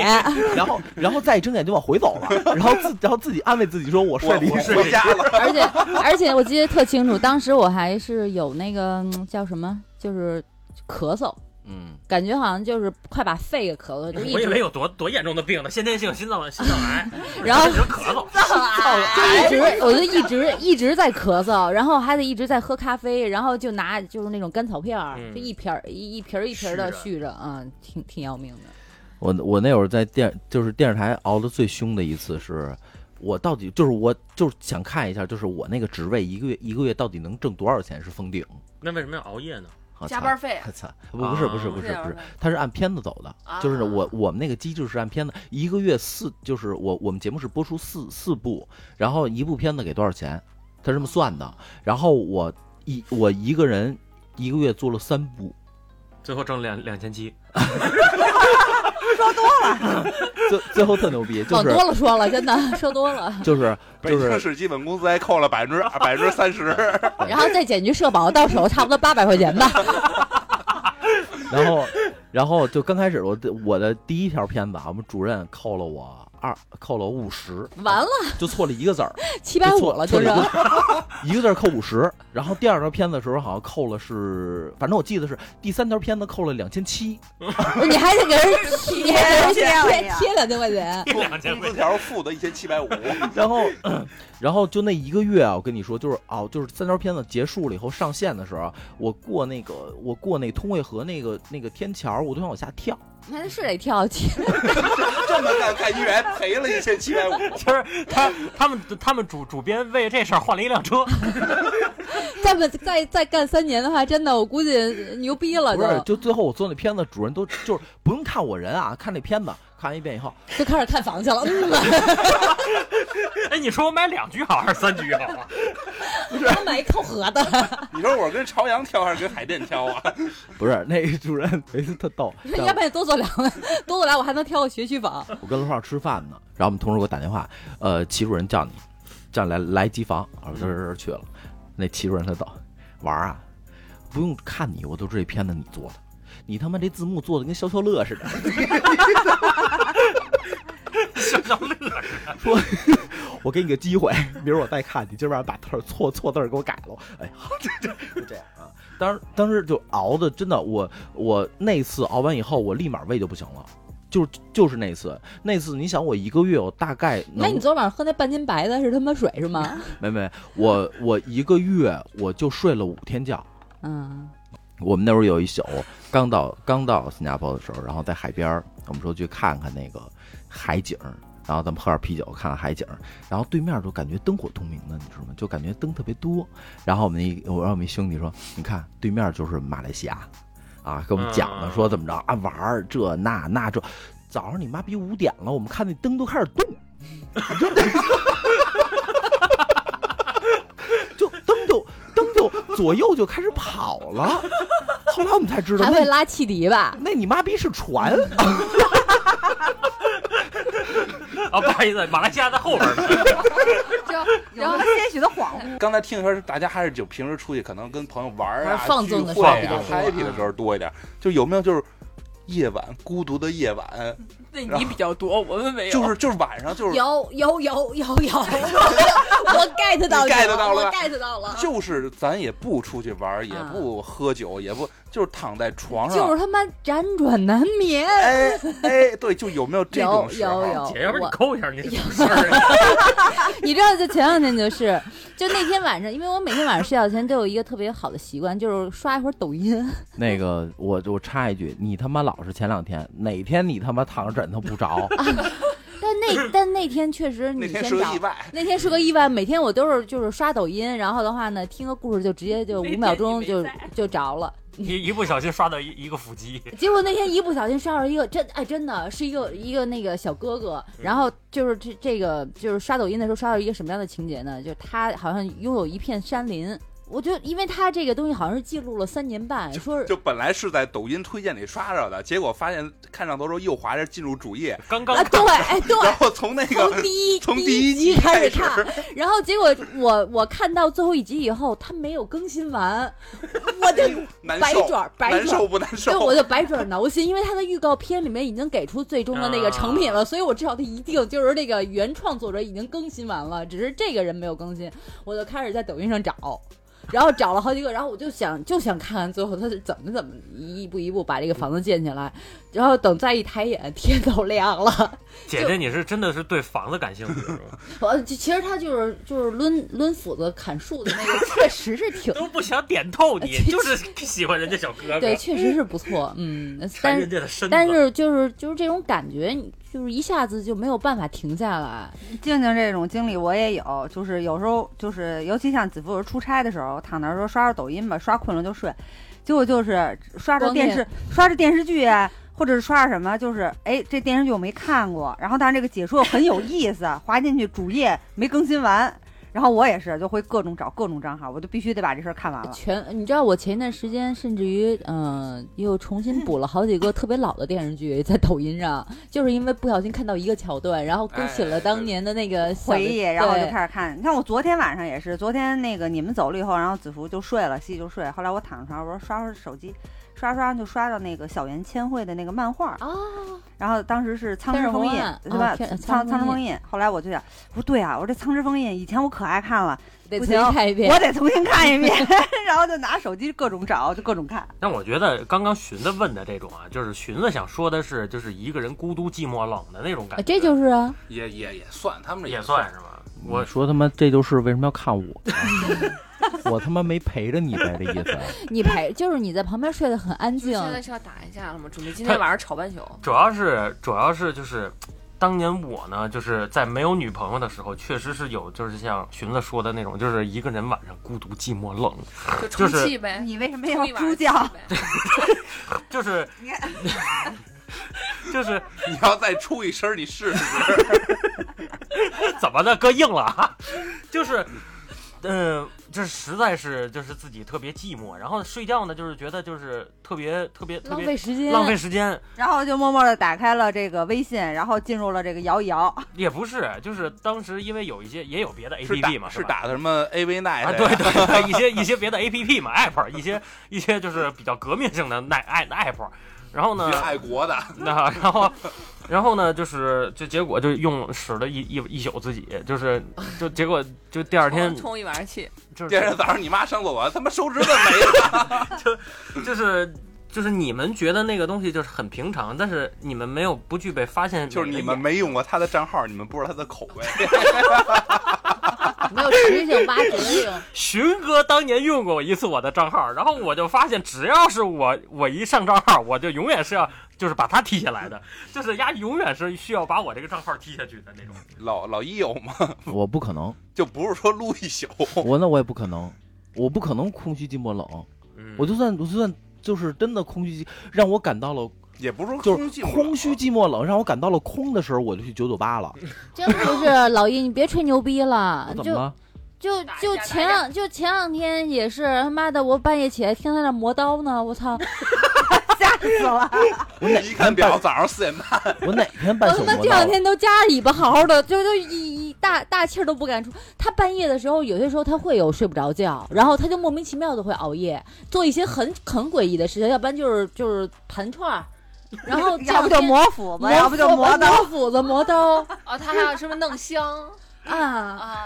Speaker 4: 然后然后再一睁眼就往回走了，然后自然后自己安慰自己说我睡了一
Speaker 3: 我
Speaker 4: 宿
Speaker 3: 我回家了，
Speaker 2: 而且而且我记得特清楚，当时我还是有那个嗯叫什么，就是咳嗽，
Speaker 4: 嗯，
Speaker 2: 感觉好像就是快把肺给咳嗽，就一
Speaker 1: 我以为
Speaker 2: 直
Speaker 1: 有多多严重的病呢，先天性心脏心脏癌，
Speaker 2: (laughs) 然后
Speaker 1: 一直咳嗽，哎
Speaker 2: 就一直我就一直一直在咳嗽，然后还得一直在喝咖啡，然后就拿就是那种甘草片儿，
Speaker 1: 嗯啊
Speaker 2: 就一瓶儿一一瓶儿一瓶儿的
Speaker 1: 续
Speaker 2: 续着，嗯，挺挺要命的。
Speaker 4: 我我那会儿在电就是电视台熬的最凶的一次是。我到底就是我就是想看一下，就是我那个职位一个月一个月到底能挣多少钱是封顶？
Speaker 1: (laughs) 那为什么要熬夜呢？
Speaker 4: 啊
Speaker 6: 加
Speaker 4: 操
Speaker 6: 班哦费
Speaker 4: 我操，不不是不是
Speaker 1: 啊
Speaker 4: 不是
Speaker 6: 这样
Speaker 4: 不是
Speaker 6: 的，
Speaker 4: 它是按片子走的，就是我我们那个机制是按片子，一个月四，就是我我们节目是播出四四部，然后一部片子给多少钱，它是这么算的。然后我一我一个人一个月做了三部，
Speaker 1: 最后挣两两千七，
Speaker 4: 最最后特牛逼，就
Speaker 2: 往
Speaker 4: 是
Speaker 2: 哦多了说了，真的说多
Speaker 4: (laughs)
Speaker 2: 了，
Speaker 4: 就是
Speaker 3: 北
Speaker 4: 就
Speaker 3: 京
Speaker 4: 是
Speaker 3: 市基本工资还扣了百分之百分之三十，
Speaker 2: 然后再减去社保，到手差不多八百块钱吧。
Speaker 4: 然后，然后就刚开始我的我的第一条片子啊，我们主任扣了我二，扣了我五十，
Speaker 2: 完了，
Speaker 4: 就错了一个字儿，
Speaker 2: 七百
Speaker 4: 就
Speaker 2: 五
Speaker 4: 错
Speaker 2: 了，
Speaker 4: 错
Speaker 2: 就
Speaker 4: 了
Speaker 2: 是 (laughs)
Speaker 4: 一个一个字儿扣五十。然后第二条片子的时候好像扣了是，反正我记得是第三条片子扣了两千七，
Speaker 2: 不是你还得
Speaker 1: (laughs)
Speaker 2: 给人，你还得给人
Speaker 5: 天
Speaker 2: 贴
Speaker 5: 呀
Speaker 2: 贴 (laughs) 两千块钱。
Speaker 1: (laughs) 两千
Speaker 3: 工资条负的一千七百五，
Speaker 4: 然后， (clears throat) 然后就那一个月啊，我跟你说，就是哦，就是三条片子结束了以后上线的时候，啊我过那个我过那通惠河那个那个天桥，我都想往下跳。
Speaker 2: 那是得跳，
Speaker 3: 这么干看医院赔了一千七百五，
Speaker 1: 就是他他们他们主主编为这事儿换了一辆 (laughs) 车，
Speaker 2: (laughs) 再不再再干三年的话，真的我估计呃牛逼了
Speaker 4: 不是，
Speaker 2: 就，
Speaker 4: 就最后我做那片子，主人都就是不用看我人啊，看那片子，看完一遍以后，
Speaker 2: 就开始看房去了。嗯呐，
Speaker 1: 哎，你说我买两局好还是三局好 (laughs) 啊？
Speaker 2: 他买一靠河的，
Speaker 3: 你说我跟朝阳挑还是跟海淀挑啊？ (laughs)
Speaker 4: 不是那个主 (laughs) 任每次特逗，
Speaker 2: 那要不然多做两个， (laughs) 多做俩我还能挑个学区房。
Speaker 4: 我跟罗少吃饭呢，然后我们同事给我打电话，呃，齐主任叫你，叫你来来机房，我说这这这去了。那齐主任他到玩儿啊，不用看你，我都知道这片子你做的，你他妈这字幕做的跟消消乐似的。 (laughs)
Speaker 1: 笑笑乐，
Speaker 4: 说，我给你个机会，明儿我再看你，今儿晚上把字儿错错字儿给我改了。哎， (laughs) 好，这这就这样啊。当时当时就熬的真的，我我那次熬完以后，我立马胃就不行了，就是就是那次那次，你想我一个月我大概
Speaker 2: 那
Speaker 4: 能
Speaker 2: 你昨晚上喝那半斤白的是他妈水是吗？
Speaker 4: 没没，我我一个月我就睡了五天觉。
Speaker 2: 嗯，
Speaker 4: 我们那会儿有一宿，刚到刚到新加坡的时候，然后在海边儿，我们说去看看那个海景儿，然后咱们喝点啤酒，看看海景儿。然后对面就感觉灯火通明的，你知道吗？就感觉灯特别多。然后我们一我让我们一兄弟说，你看对面就是马来西亚，啊，跟我们讲呢，
Speaker 1: 嗯
Speaker 4: 说怎么着啊玩儿这那那这。早上你妈逼五点了，我们看那灯都开始动，就灯就灯就左右就开始跑了。后来我们才知道，
Speaker 2: 还
Speaker 4: 那
Speaker 2: 会拉汽笛吧？
Speaker 4: 那你妈逼是船，
Speaker 1: 啊，不好意思，马来西亚在后边呢。 (laughs)
Speaker 5: 有那么些许的恍惚。
Speaker 3: 刚才听说大家还是就平时出去可能跟朋友玩儿
Speaker 2: 玩
Speaker 3: 啊
Speaker 2: 儿、放纵的
Speaker 3: 聚
Speaker 1: 时
Speaker 3: 会啊
Speaker 1: 候、比较多
Speaker 3: happy 的时候多一点。就有没有就是夜晚孤独的夜晚，
Speaker 6: 那你比较多，我们没有。
Speaker 3: 就是就是晚上就是
Speaker 2: 有有有有有， (laughs) 我 get 到你
Speaker 3: 你 get 到了
Speaker 2: 我
Speaker 3: 吧
Speaker 2: get 到了，
Speaker 3: 就是咱也不出去玩儿，也
Speaker 2: 啊
Speaker 3: 不喝酒，也不就是躺在床上。
Speaker 2: 就是他妈辗转难眠。
Speaker 3: 哎哎，对，就有没有这
Speaker 2: 有
Speaker 3: 种时候？
Speaker 2: 有有，
Speaker 1: 姐，要不你
Speaker 2: 我
Speaker 1: 扣一下 (laughs) 你这事儿，啊
Speaker 2: (laughs) 你知道，就前两天就是，就那天晚上，因为我每天晚上睡觉前都有一个特别好的习惯，就是刷一会儿抖音。
Speaker 4: (laughs)
Speaker 2: (laughs)
Speaker 4: 那个，我我插一句，你他妈老是前两天，哪天你他妈躺着枕头
Speaker 2: (laughs)
Speaker 4: 不着，
Speaker 2: 但那但那天确实
Speaker 3: 那
Speaker 2: 你
Speaker 3: 天
Speaker 2: 先
Speaker 3: 是个
Speaker 2: 找
Speaker 3: 意。外，
Speaker 2: 那天是个意外，每天我都是就是刷抖音，然后的话呢，听个故事就直接就
Speaker 6: 那
Speaker 2: 五
Speaker 6: 天
Speaker 2: 秒
Speaker 6: 你
Speaker 2: 钟
Speaker 6: 没
Speaker 2: 就
Speaker 6: 在
Speaker 2: 就着了。
Speaker 1: 一一不小心刷到一一个腹肌，
Speaker 2: 结果那天一不小心刷到一个真哎真的是一个一个那个小哥哥，
Speaker 3: 嗯
Speaker 2: 然后就是这这个就是刷抖音的时候刷到一个什么样的情节呢？就是他好像拥有一片山林，我就因为他这个东西好像是记录了三年半， (laughs) 说是
Speaker 3: 就本来是在抖音推荐里刷着的，结果发现看上头之后又滑着进入主页，
Speaker 1: 刚刚
Speaker 2: 啊，对，哎， (laughs) 对，
Speaker 3: 然后从那
Speaker 2: 从
Speaker 3: 个
Speaker 2: 第一
Speaker 3: (laughs) 从
Speaker 2: 第
Speaker 3: 第
Speaker 2: 一
Speaker 3: 一
Speaker 2: 集
Speaker 3: 集
Speaker 2: 开始
Speaker 3: 开始
Speaker 2: 看，然后结果我我看到最后一集以后，他没有更新完，我就
Speaker 3: 难
Speaker 2: 白
Speaker 3: 受
Speaker 2: 卷儿，白
Speaker 3: 难
Speaker 2: 卷儿
Speaker 3: 受不难
Speaker 2: 对
Speaker 3: 受？
Speaker 2: 我就百转挠心，因为他的预告片里面已经给出最终的那个成
Speaker 3: 啊
Speaker 2: 品了，所以我知道他一定就是那个原创作者已经更新完了，只是这个人没有更新，我就开始在抖音上找。然后找了好几个，然后我就想就想看看最后他是怎么怎么一步一步把这个房子建起来，然后等再一抬眼，天都亮了，
Speaker 1: 姐姐你是真的是对房子感兴趣是 (laughs) 吧？
Speaker 2: 我呃其其实他就是就是抡抡斧子砍树的那个，确实
Speaker 1: (laughs)
Speaker 2: 是挺
Speaker 1: 都不想点透 (laughs) 你，就是喜欢人家小哥
Speaker 2: 对，
Speaker 1: 哥，
Speaker 2: 确实是不错，嗯，
Speaker 1: 馋
Speaker 2: 但
Speaker 1: 人家的身子。
Speaker 2: 但是就是就是这种感觉，你就是一下子就没有办法停下来。
Speaker 5: (laughs) 静静这种经历我也有，就是有时候就是，尤其像子服有时候出差的时候，躺那儿说刷刷抖音吧，刷困了就睡，结果就是刷着
Speaker 2: 光
Speaker 5: 电
Speaker 2: 电
Speaker 5: 视，刷着电视剧啊，或者是刷着什么，就是哎这电视剧我没看过，然后但是这个解说很有意思，滑进去主页没更新完，然后我也是就会各种找各种账号，我就必须得把这事儿看完了。
Speaker 2: 全你知道，我前一段时间甚至于嗯、呃又重新补了好几个特别老的电视剧在抖音上，就是因为不小心看到一个桥段，然后勾起了当年的那个小
Speaker 5: 回忆，然后我就
Speaker 2: 对
Speaker 5: 开始看。你看我昨天晚上也是，昨天那个你们走了以后，然后子福就睡了，西西就睡。后来我躺床上，我说刷会儿手机，刷刷就刷到那个小原千惠的那个漫画，
Speaker 2: 啊，
Speaker 5: 然后当时是《苍之封印
Speaker 2: 天上》，红岸
Speaker 5: 对吧？
Speaker 2: 啊天
Speaker 5: 苍
Speaker 2: 苍之
Speaker 5: 苍之
Speaker 2: 封
Speaker 5: 封印。后来我就想，我说对啊，我说这《苍之封印》以前我可爱看了，
Speaker 2: 得
Speaker 5: 不
Speaker 2: 重新
Speaker 5: 行
Speaker 2: 看一遍。
Speaker 5: 我得重新看一遍， (laughs) 然后就拿手机各种找，就各种看。
Speaker 1: 但我觉得刚刚寻子问的这种啊，就是寻子想说的是，就是一个人孤独、寂寞、冷的那种感
Speaker 2: 啊
Speaker 1: 觉，
Speaker 2: 这就是啊，
Speaker 3: 也也也算，他们这
Speaker 1: 也算
Speaker 3: (laughs) 算
Speaker 1: 是吧？
Speaker 4: 我
Speaker 1: 我
Speaker 4: 说他妈这就是为什么要看我呢， (laughs) 我他妈没陪着你呗，这意思。
Speaker 2: 你陪就是你在旁边睡得很安
Speaker 6: 就
Speaker 2: 静，
Speaker 6: 现在是要打一架了吗？准备今天晚上吵半宿。
Speaker 1: 主要是主要是就是，当年我呢，就是在没有女朋友的时候，确实是有就是像寻子说的那种，就是一个人晚上孤独、寂寞、冷，
Speaker 6: 就
Speaker 1: 就
Speaker 6: 充
Speaker 1: 是
Speaker 6: 气呗，
Speaker 5: 哎你为什么要
Speaker 6: 充一晚
Speaker 5: 猪
Speaker 6: 上
Speaker 5: 叫
Speaker 6: 气？呗。
Speaker 1: 就是
Speaker 5: 你看，
Speaker 1: (laughs) 就是
Speaker 3: 你要再出一声，你试 (laughs) 试。
Speaker 1: 怎么的，哥硬了啊，就是，呃，就是实在是就是自己特别寂寞，然后睡觉呢，就是觉得就是特别特别特
Speaker 2: 浪
Speaker 1: 别
Speaker 2: 费时间，
Speaker 1: 浪费时间，
Speaker 5: 然后就默默的打开了这个微信，然后进入了这个摇一摇。 (laughs)
Speaker 1: 也不是，就是当时因为有一些也有别的 A
Speaker 3: 是
Speaker 1: P
Speaker 3: 打
Speaker 1: P 嘛，
Speaker 3: 是
Speaker 1: 吧？
Speaker 3: 打的什么 AV 奈
Speaker 1: 啊，
Speaker 3: 的呀
Speaker 1: 对对
Speaker 3: (laughs)
Speaker 1: 对，一些一些别的 A P P 嘛，App，一些一些就是比较革命性的奈爱 App，然后呢
Speaker 3: 去，爱
Speaker 1: (laughs)
Speaker 3: 国的，
Speaker 1: 那然后，然后呢，就是就结果就用使了一一一宿自己，就是就结果就第二天
Speaker 6: 充充一晚上气，
Speaker 1: 就
Speaker 3: 第二
Speaker 1: 是
Speaker 3: 天早上你妈上厕所，他妈手指头没了。 (laughs)
Speaker 1: 就是就是你们觉得那个东西就是很平常，但是你们没有不具备发现，
Speaker 3: 就是你们没用过他的账号，你们不知道他的口味。 (laughs)
Speaker 2: 没有持续性挖掘
Speaker 4: (laughs)
Speaker 2: 性。
Speaker 1: 寻哥当年用过一次我的账号，然后我就发现，只要是我我一上账号，我就永远是要就是把他踢下来的，就是丫永远是需要把我这个账号踢下去的那种。
Speaker 3: 老老一有吗？
Speaker 4: 我不可能，
Speaker 3: 就不是说撸一宿， (laughs)
Speaker 4: 我那我也不可能，我不可能空虚寂寞冷。
Speaker 1: 嗯
Speaker 4: 我就算我就算就是真的空虚寂，让我感到了
Speaker 3: 也不是说
Speaker 4: 就是
Speaker 3: 空
Speaker 4: 空虚寂寞冷，让我感到了空的时候，我就去九九八了。
Speaker 2: 真不是老易，你别吹牛逼了
Speaker 4: 我，怎么
Speaker 2: 啊就就
Speaker 4: 了？
Speaker 6: 打一
Speaker 2: 就
Speaker 6: 架打
Speaker 2: 前
Speaker 6: 一架
Speaker 2: 两就前两天也是他妈的，我半夜起来听他那磨刀呢，我操，
Speaker 5: 吓死了！
Speaker 4: 我哪
Speaker 3: (laughs) 一看表，早上四点半，
Speaker 4: 我哪天
Speaker 2: 我
Speaker 4: (laughs) 半
Speaker 2: 他
Speaker 4: 宿
Speaker 2: 妈
Speaker 4: 磨啊
Speaker 2: 这
Speaker 4: 到
Speaker 2: 两
Speaker 4: 了？
Speaker 2: 天都夹着尾巴好好的，就就一一大大气儿都不敢出。他半夜的时候，有些时候他会有睡不着觉，然后他就莫名其妙的会熬夜，做一些很很诡异的事情，要不然就是就是盘串儿，然
Speaker 4: (laughs)
Speaker 2: 后
Speaker 5: 要不就磨斧子，
Speaker 2: 磨，
Speaker 5: 要不就磨刀
Speaker 2: 磨。斧子、磨刀
Speaker 6: 哦，他还要什么弄香
Speaker 4: (laughs)
Speaker 2: 啊。
Speaker 6: (laughs) 啊？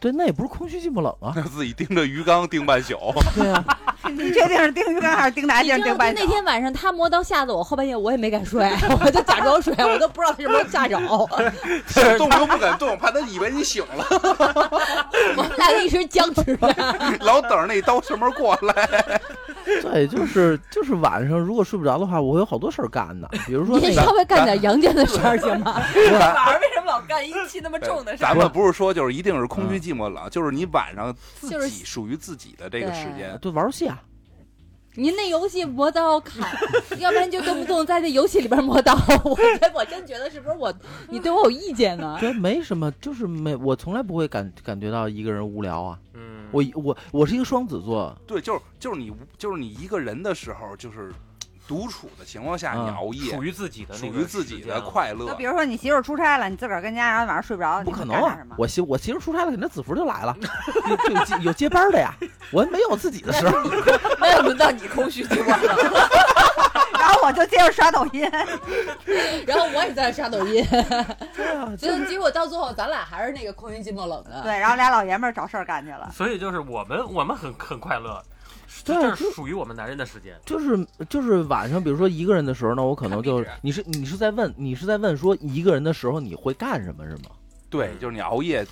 Speaker 4: 对，那也不是空虚寂寞冷
Speaker 3: (laughs)
Speaker 4: 啊。
Speaker 3: 自己盯着鱼缸盯半宿。 (laughs)
Speaker 4: 对啊，
Speaker 5: (laughs) 你确定是盯鱼竿还是盯大
Speaker 2: 你
Speaker 5: 镜
Speaker 2: 知道
Speaker 5: 盯
Speaker 2: 就
Speaker 5: 半
Speaker 2: 那
Speaker 5: 宿？
Speaker 2: 天晚上他磨刀吓得我，后半夜我也没敢睡， (laughs) 我就假装睡，我都不知道他什么时候
Speaker 4: (laughs)
Speaker 2: 下手，
Speaker 3: 想动又不敢动，怕他以为你醒了， (laughs)
Speaker 2: 来了一身僵直。
Speaker 4: (laughs)
Speaker 3: 老等着那刀什么时候过来。
Speaker 4: 对，就是就是晚上如果睡不着的话，我有好多事儿干呢，比如说
Speaker 2: 你
Speaker 4: 那
Speaker 2: 稍
Speaker 4: 个
Speaker 2: 微干点阳间的事儿行吗？
Speaker 4: (laughs)
Speaker 6: 晚上为什么老干一气那么重 (laughs) 的事
Speaker 3: 咱
Speaker 6: 儿？
Speaker 3: 们不是说就是一定是空
Speaker 1: 嗯
Speaker 3: 虚寂寞冷，就是你晚上自
Speaker 2: 就是
Speaker 3: 己属于自己的这个时间。
Speaker 4: 对玩游戏啊，
Speaker 2: 您那游戏磨刀砍，要不然就动不动在那游戏里边磨刀。我真我真觉得是不是我你对我有意见呢？
Speaker 4: 对，没什么，就是没，我从来不会感感觉到一个人无聊啊。
Speaker 1: 嗯，
Speaker 4: 我我我是一个双子座，
Speaker 3: 对，就是就是你就是你一个人的时候，就是独处的情况下，
Speaker 4: 嗯
Speaker 3: 你熬夜
Speaker 1: 属于自己的
Speaker 3: 属
Speaker 1: 那个
Speaker 3: 于自己
Speaker 1: 时间啊
Speaker 3: 的
Speaker 1: 了
Speaker 3: 快
Speaker 5: 就
Speaker 3: 乐
Speaker 5: 比，如说你媳妇儿出差了，你自个儿跟家，然后晚上睡不着，
Speaker 4: 不
Speaker 5: 你
Speaker 4: 可
Speaker 5: 会
Speaker 4: 能
Speaker 5: 干点
Speaker 4: 啊
Speaker 5: 什！么？
Speaker 4: 我媳我媳妇出差了，肯定子福就来了，有这有接有接班的呀。我没有自己的时候，
Speaker 6: 那要轮到你空虚寂寞
Speaker 4: (laughs)
Speaker 6: 了。
Speaker 5: (laughs) 然后我就接着刷抖音，
Speaker 2: 然后我也在刷抖音，
Speaker 4: 对啊，
Speaker 2: 所以结果到最后咱俩还是那个空虚寂寞冷的。
Speaker 5: 对，然后俩老爷们儿找事儿干去
Speaker 4: (laughs)
Speaker 5: 了。
Speaker 1: 所以就是我们我们很很快乐，
Speaker 4: 对
Speaker 1: 这是属于我们男人的时间。
Speaker 4: 就是就是晚上，比如说一个人的时候呢，我可能就是
Speaker 6: 看
Speaker 4: 你是你是在问你是在问说一个人的时候你会干什么是吗？
Speaker 3: 对，就是你熬夜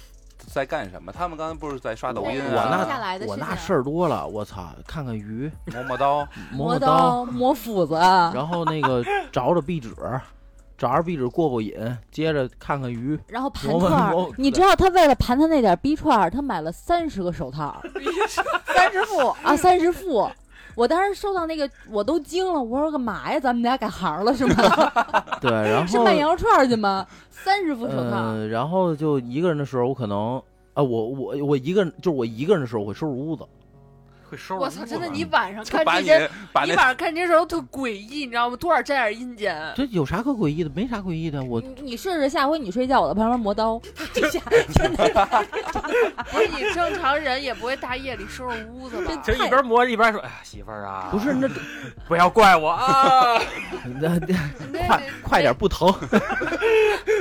Speaker 3: 在干什么？他们刚才不是在刷抖音
Speaker 2: 对
Speaker 4: 我
Speaker 2: 啊
Speaker 3: 啊
Speaker 2: 停不下来
Speaker 4: 那
Speaker 2: 的
Speaker 4: 我
Speaker 2: 事
Speaker 4: 那
Speaker 2: 情
Speaker 4: 事儿多了，我操，看看鱼，
Speaker 3: 磨磨刀，
Speaker 4: 磨磨刀，
Speaker 2: 刀、磨斧子，
Speaker 4: 然后那个找找壁纸，找着壁纸过过瘾，接着看看鱼，
Speaker 2: 然后盘
Speaker 4: 磨磨
Speaker 2: 串
Speaker 4: 磨
Speaker 2: 儿。你知道他为了盘他那点逼串儿，他买了三十个手套儿
Speaker 5: 三十副，
Speaker 4: (laughs)
Speaker 2: 啊，三十副。我当时收到那个，我都惊了，我说干嘛呀？咱们俩改行了是
Speaker 4: (laughs)
Speaker 2: 吗？
Speaker 4: 对，
Speaker 2: (laughs)
Speaker 4: 然
Speaker 2: 是
Speaker 4: 后
Speaker 2: 卖羊肉串儿去吗？三十副手套儿，
Speaker 4: 嗯，然后就一个人的时候，我可能啊，我我我一个人，就是我一个人的时候，我会收拾屋子。
Speaker 1: 会收拾
Speaker 6: 我操，
Speaker 1: 屋
Speaker 6: 真的，
Speaker 1: 子
Speaker 6: 你晚上
Speaker 3: 就
Speaker 6: 看
Speaker 3: 把
Speaker 6: 这
Speaker 3: 你
Speaker 6: 些，
Speaker 3: 把
Speaker 6: 你
Speaker 3: 那
Speaker 6: 晚上看这时候特诡异，你知道吗？多少沾点阴间。
Speaker 4: 这有啥可诡异的？没啥诡异的，我
Speaker 2: 你你试试，下回你睡觉我在旁边磨刀，
Speaker 6: (laughs) 不是你正常人也不会大夜里收拾屋子吧？
Speaker 1: 就一边磨一边说：“哎呀，媳妇儿啊，
Speaker 4: 不是那
Speaker 1: 不要怪我
Speaker 6: (laughs)
Speaker 1: 啊，
Speaker 4: 那
Speaker 6: 那
Speaker 4: 快快点，不疼。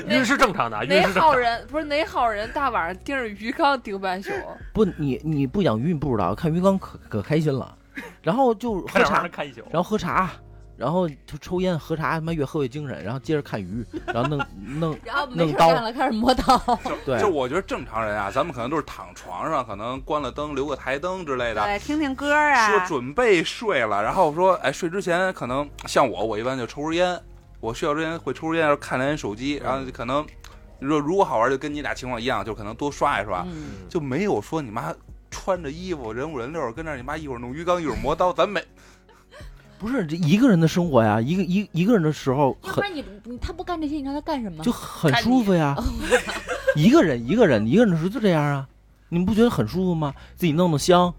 Speaker 1: 晕是正常的，啊
Speaker 6: 哪
Speaker 1: 晕是正常
Speaker 6: 号
Speaker 1: 的。
Speaker 6: 人不是哪号人大晚上盯着鱼缸盯半宿？
Speaker 4: 不，你你不养鱼你不知道，看鱼缸可可开心了，然后就
Speaker 1: 看
Speaker 4: 喝
Speaker 1: 两玩
Speaker 4: 茶
Speaker 1: 能，看一宿，
Speaker 4: 然后喝茶，然后就抽烟喝茶，他妈越喝越精神，然后接着看鱼，然后弄弄
Speaker 2: 然后没事
Speaker 4: 弄
Speaker 2: 儿
Speaker 4: 刀
Speaker 2: 干了开始磨刀。
Speaker 4: (laughs) 对
Speaker 3: 就，我觉得正常人啊，咱们可能都是躺床上，可能关了灯，留个台灯之
Speaker 4: 啊
Speaker 3: 类的，
Speaker 5: 对，听听歌
Speaker 3: 说
Speaker 5: 啊，
Speaker 3: 准备睡了，然后说，哎，睡之前可能像我，我一般就抽根烟，我睡觉之前会抽根烟，然后看两眼手机，然后就可能，如如果好玩，就跟你俩情况一样，就可能多刷一刷，
Speaker 2: 嗯，
Speaker 3: 就没有说你妈穿着衣服人五人六跟那儿你妈一会儿弄鱼缸一会儿磨刀，咱没
Speaker 4: 不是这一个人的生活呀，一个一一个人的时候
Speaker 2: 要不
Speaker 4: 很
Speaker 2: 然你你他不干这些，你让他干什么？
Speaker 4: 就很
Speaker 6: 看
Speaker 4: 舒
Speaker 6: 你
Speaker 2: (laughs)
Speaker 4: 服呀，一个人一个人一个人的时候就这样啊，你们不觉得很舒服吗？自己弄弄香，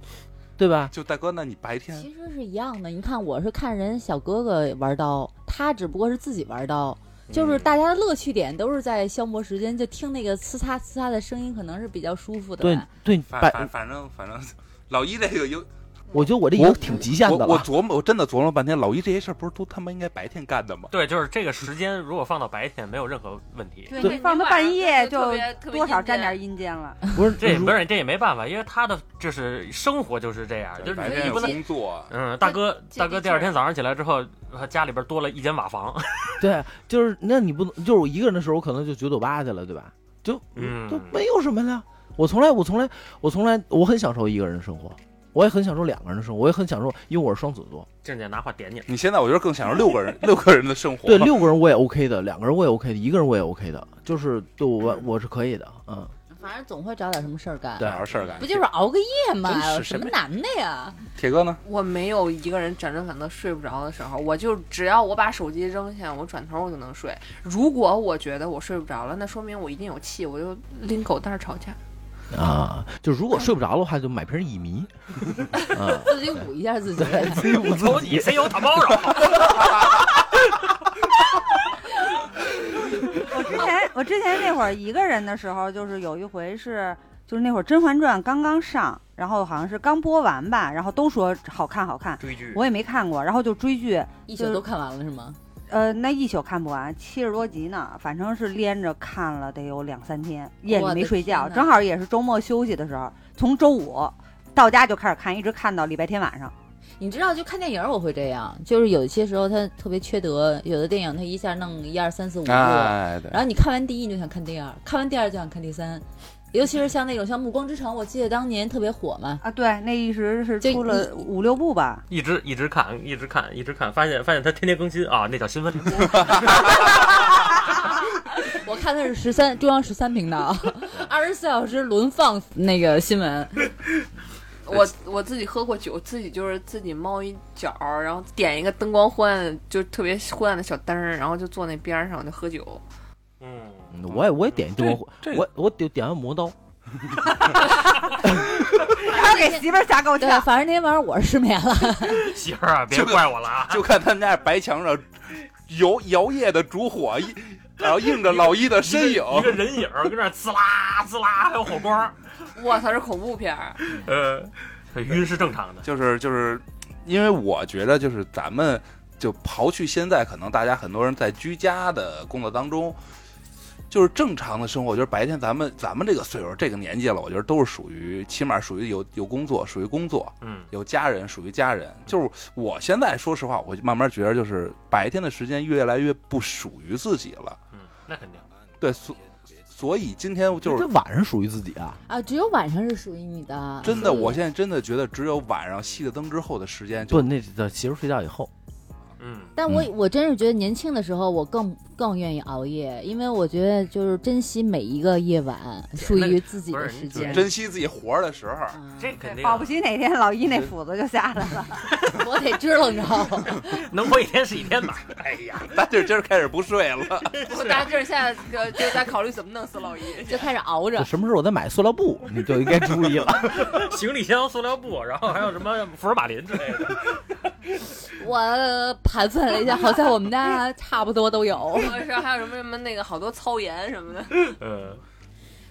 Speaker 4: 对吧？
Speaker 3: 就大哥，那你白天
Speaker 2: 其实是一样的。你看，我是看人小哥哥玩刀，他只不过是自己玩刀，
Speaker 1: 嗯
Speaker 2: 就是大家的乐趣点都是在消磨时间，就听那个呲擦呲擦的声音，可能是比较舒服的
Speaker 4: 对
Speaker 2: 吧。
Speaker 4: 对，
Speaker 3: 反
Speaker 4: 白，
Speaker 3: 反反正反正 (laughs) 老一这个有
Speaker 4: 我觉得我这已
Speaker 3: 我
Speaker 4: 经挺极限
Speaker 3: 我
Speaker 4: 的
Speaker 3: 我
Speaker 4: 了。
Speaker 3: 琢磨我真的琢磨半天，老一这些事儿不是都他妈应该白天干的吗？
Speaker 1: 对，就是这个时间，如果放到白天，没有任何问题。
Speaker 5: 对
Speaker 6: 对
Speaker 5: 你放到半夜
Speaker 6: 就特
Speaker 5: 就
Speaker 6: 别特别
Speaker 5: 多少沾
Speaker 6: 阴间
Speaker 5: 点阴间了。
Speaker 4: 不是
Speaker 1: 这也
Speaker 3: 嗯
Speaker 4: 如
Speaker 1: 不是这也没办法，因为他的就是生活就是这样，就是
Speaker 3: 白
Speaker 1: 你
Speaker 3: 天有
Speaker 1: 不能。
Speaker 3: 工作，
Speaker 1: 嗯，大哥，
Speaker 6: 接
Speaker 1: 大哥，
Speaker 6: 地气
Speaker 1: 第
Speaker 6: 儿
Speaker 1: 二天早上起来之后，他家里边多了一间瓦房。
Speaker 4: (laughs) 对，就是那你不能，就是我一个人的时候，我可能就九九八去了，对吧？就
Speaker 1: 嗯
Speaker 4: 都没有什么了。我从来，我从来，我从来，我很享受一个人的生活，我也很享受两个人的生活，我也很享受，因为我是双子座，
Speaker 1: 静姐拿话
Speaker 3: (laughs)
Speaker 1: 点你，
Speaker 3: 你现在我觉得更享受六个人六个人的生活，
Speaker 4: 对，六个人我也 OK 的，两个人我也 OK 的，一个人我也 OK 的，就是对我我是可以的，嗯，
Speaker 2: 反正总会找点什么事儿干。
Speaker 4: 对
Speaker 3: 哪有事儿干
Speaker 2: 不？就是熬个夜吗
Speaker 3: 真？是
Speaker 2: 哎呦
Speaker 3: 谁
Speaker 2: 什么
Speaker 3: 没
Speaker 2: 难的呀？
Speaker 3: 铁哥呢？
Speaker 6: 我没有一个人辗转反侧睡不着的时候，我就只要我把手机扔下，我转头我就能睡。如果我觉得我睡不着了，那说明我一定有气，我就拎狗蛋儿吵架。
Speaker 4: 啊，就如果睡不着的话，就买瓶乙醚，啊，
Speaker 2: 自己捂一下自己。
Speaker 4: 自己捂
Speaker 1: 瞅
Speaker 4: 自
Speaker 1: 你
Speaker 4: 己，
Speaker 1: 谁有他猫了？
Speaker 5: 我之前我之前那会儿一个人的时候，就是有一回是，就是那会儿《甄嬛传》刚刚上，然后好像是刚播完吧，然后都说好看好看，
Speaker 1: 追剧，
Speaker 5: 我也没看过，然后就追剧，
Speaker 2: 一宿都看完了是吗？
Speaker 5: 呃，那一宿看不完，七十多集呢，反正是连着看了得有两三天，夜里
Speaker 2: 我的
Speaker 5: 没睡觉，
Speaker 2: 天哪
Speaker 5: 正好也是周末休息的时候，从周五到家就开始看，一直看到礼拜天晚上。
Speaker 2: 你知道，就看电影我会这样，就是有些时候他特别缺德，有的电影他一下弄一二三四五部，
Speaker 3: 哎，对
Speaker 2: 然后你看完第一你就想看第二，看完第二就想看第三，尤其是像那种像《暮光之城》，我记得当年特别火嘛。
Speaker 5: 啊，对，那一直是
Speaker 2: 这
Speaker 5: 出了五六部 (laughs) 吧。
Speaker 1: 一直一直看，一直看，一直看，发现发现他天天更新啊，那叫新闻联播。
Speaker 2: 我看的是十三中央十三频 (laughs) 道，二十四小时轮放那个新闻。
Speaker 6: 我我自己喝过酒，自己就是自己猫一角儿，然后点一个灯光昏暗，就特别昏暗的小灯儿，然后就坐那边儿上我就喝酒。
Speaker 1: 嗯，
Speaker 4: 嗯我也我也点一顿火，
Speaker 3: 这
Speaker 4: 我我点点完磨刀，
Speaker 5: 然后给媳妇儿吓够
Speaker 2: 对，啊
Speaker 5: 呛。
Speaker 2: 反正那天晚上我是失眠了，
Speaker 1: 媳妇儿啊，别怪我了啊！
Speaker 3: 就看他们家白墙上摇摇曳的烛火，一然后映着老一的 (laughs) 身影。
Speaker 1: 一个人影儿跟那儿滋啦滋啦，还有火光，
Speaker 6: 我操，是恐怖片 (laughs) 儿，
Speaker 1: 呃，晕是正常的。
Speaker 3: 就是就是，因为我觉得就是咱们就刨去现在可能大家很多人在居家的工作当中，就是正常的生活，就是白天咱们咱们这个岁数这个年纪了，我觉得都是属于起码属于有有工作，属于工作，
Speaker 1: 嗯，
Speaker 3: 有家人属于家人。就是我现在说实话，我就慢慢觉得就是白天的时间越来越不属于自己了。
Speaker 1: 嗯，那肯定。
Speaker 3: 对，所所以今天就
Speaker 4: 这
Speaker 3: 是。
Speaker 4: 晚上属于自己啊，
Speaker 2: 啊，只有晚上是属于你的。
Speaker 3: 真的，
Speaker 2: 所以
Speaker 3: 我现在真的觉得，只有晚上熄了灯之后的时间就
Speaker 4: 不，那得媳妇睡觉以后，
Speaker 1: 嗯，
Speaker 2: 但我我真是觉得年轻的时候，我更更愿意熬夜，因为我觉得就是珍惜每一个夜晚属于自己的时
Speaker 1: 不是
Speaker 2: 间。
Speaker 3: 珍惜自己活着的时候。
Speaker 2: 嗯
Speaker 1: 这肯定啊
Speaker 5: 保不齐哪天老一那斧子就下来 (laughs) 了，
Speaker 2: 我得支棱着。
Speaker 1: 能活一天是一天吧。哎
Speaker 3: (laughs)
Speaker 1: 呀，
Speaker 3: 咱就今儿开始不睡了。
Speaker 6: 我大劲儿现在这个就在考虑怎么弄死老姨。
Speaker 2: 就开始熬着
Speaker 4: 就。什么时候我再买塑料布，你就应该注意了。
Speaker 1: 行李箱、塑料布，然后还有什么福尔马林之类 (laughs) 的。
Speaker 2: 我盘算了一下，好在我们家差不多都有，
Speaker 6: (laughs) 我说还有什么什么那个好多操盐什 (laughs) 么的，
Speaker 1: 嗯，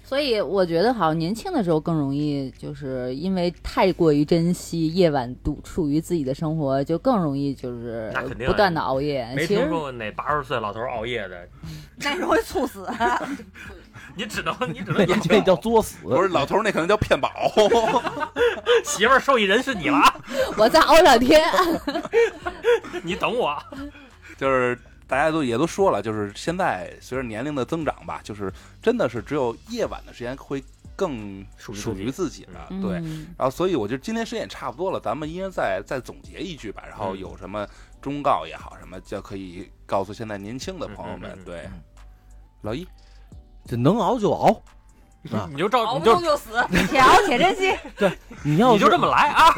Speaker 2: 所以我觉得好像年轻的时候更容易，就是因为太过于珍惜夜晚独属于自己的生活，就更容易就是
Speaker 1: 那肯定啊
Speaker 2: 不断的熬夜。
Speaker 1: 没
Speaker 2: 哎其
Speaker 1: 听
Speaker 2: 实
Speaker 1: 说过哪八十岁老头儿熬夜的，
Speaker 5: 那容易猝 (laughs) 死。
Speaker 1: 你只 (laughs) 能你只
Speaker 4: 那
Speaker 1: 能
Speaker 4: (laughs) 那那叫作死，
Speaker 3: 啊不是老头儿那可能叫骗保， (laughs)
Speaker 1: 媳妇儿受益人是你了，
Speaker 2: 我再熬两
Speaker 1: (laughs)
Speaker 2: 天，
Speaker 1: 你等我。
Speaker 3: 就是大家都也都说了，就是现在随着年龄的增长吧，就是真的是只有夜晚的时间会更
Speaker 1: (laughs) 属于自己
Speaker 3: 属于自己的，对。
Speaker 2: 嗯
Speaker 3: 然后，所以我觉得今天时间也差不多了，咱们一人再再总结一句吧。然后
Speaker 1: 嗯
Speaker 3: 有什么忠告也好，什么就可以告诉现在年轻的朋友
Speaker 1: 嗯嗯
Speaker 3: 们
Speaker 1: 嗯。
Speaker 3: 对
Speaker 4: 嗯，
Speaker 3: 老一，
Speaker 4: 就能熬就熬。
Speaker 3: (laughs)
Speaker 4: 啊
Speaker 1: 你就照
Speaker 6: 熬
Speaker 1: 你
Speaker 6: 不
Speaker 1: 就
Speaker 6: 动就死。
Speaker 5: 且熬且珍惜，
Speaker 4: 你要
Speaker 1: 你就是这么来啊，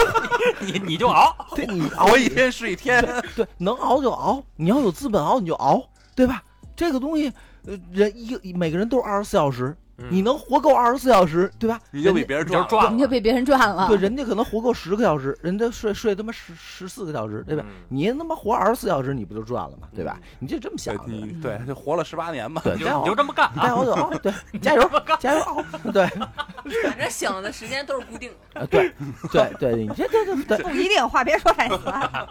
Speaker 1: (laughs) 你你就熬，
Speaker 4: 对，你熬
Speaker 3: 熬一天是一天。
Speaker 4: 对，能熬就熬，你要有资本熬你就熬，对吧？这个东西，呃，人一个每个人都是二十四小时，
Speaker 1: 嗯
Speaker 4: 你能活够二十四小时，对吧？
Speaker 3: (laughs) 你就比
Speaker 4: 人家
Speaker 3: 别人
Speaker 1: 你就
Speaker 3: 赚
Speaker 1: 是
Speaker 3: 了，
Speaker 1: 赚
Speaker 2: 你就被别人赚了
Speaker 4: 对，。人家可能活够十个小时，人家睡睡他妈十十四个小时，对吧？
Speaker 1: 嗯
Speaker 4: 你他妈活二十四小时，你不就赚了吗？对吧？你就这么想
Speaker 3: 对
Speaker 4: 的，
Speaker 3: 你对就活了十八年嘛。
Speaker 4: 对，
Speaker 1: 你
Speaker 4: 该
Speaker 1: 就
Speaker 4: 熬
Speaker 1: 你就这么干
Speaker 4: 该
Speaker 1: 啊，
Speaker 4: 熬就熬，
Speaker 1: (laughs)
Speaker 4: 对，加油
Speaker 1: 这么干，
Speaker 4: 加油熬，对，
Speaker 6: 反正醒的时间都是固定的，
Speaker 4: 呃对，对，对，你这这这对
Speaker 5: 不一定，话别说太死 (laughs) 啊。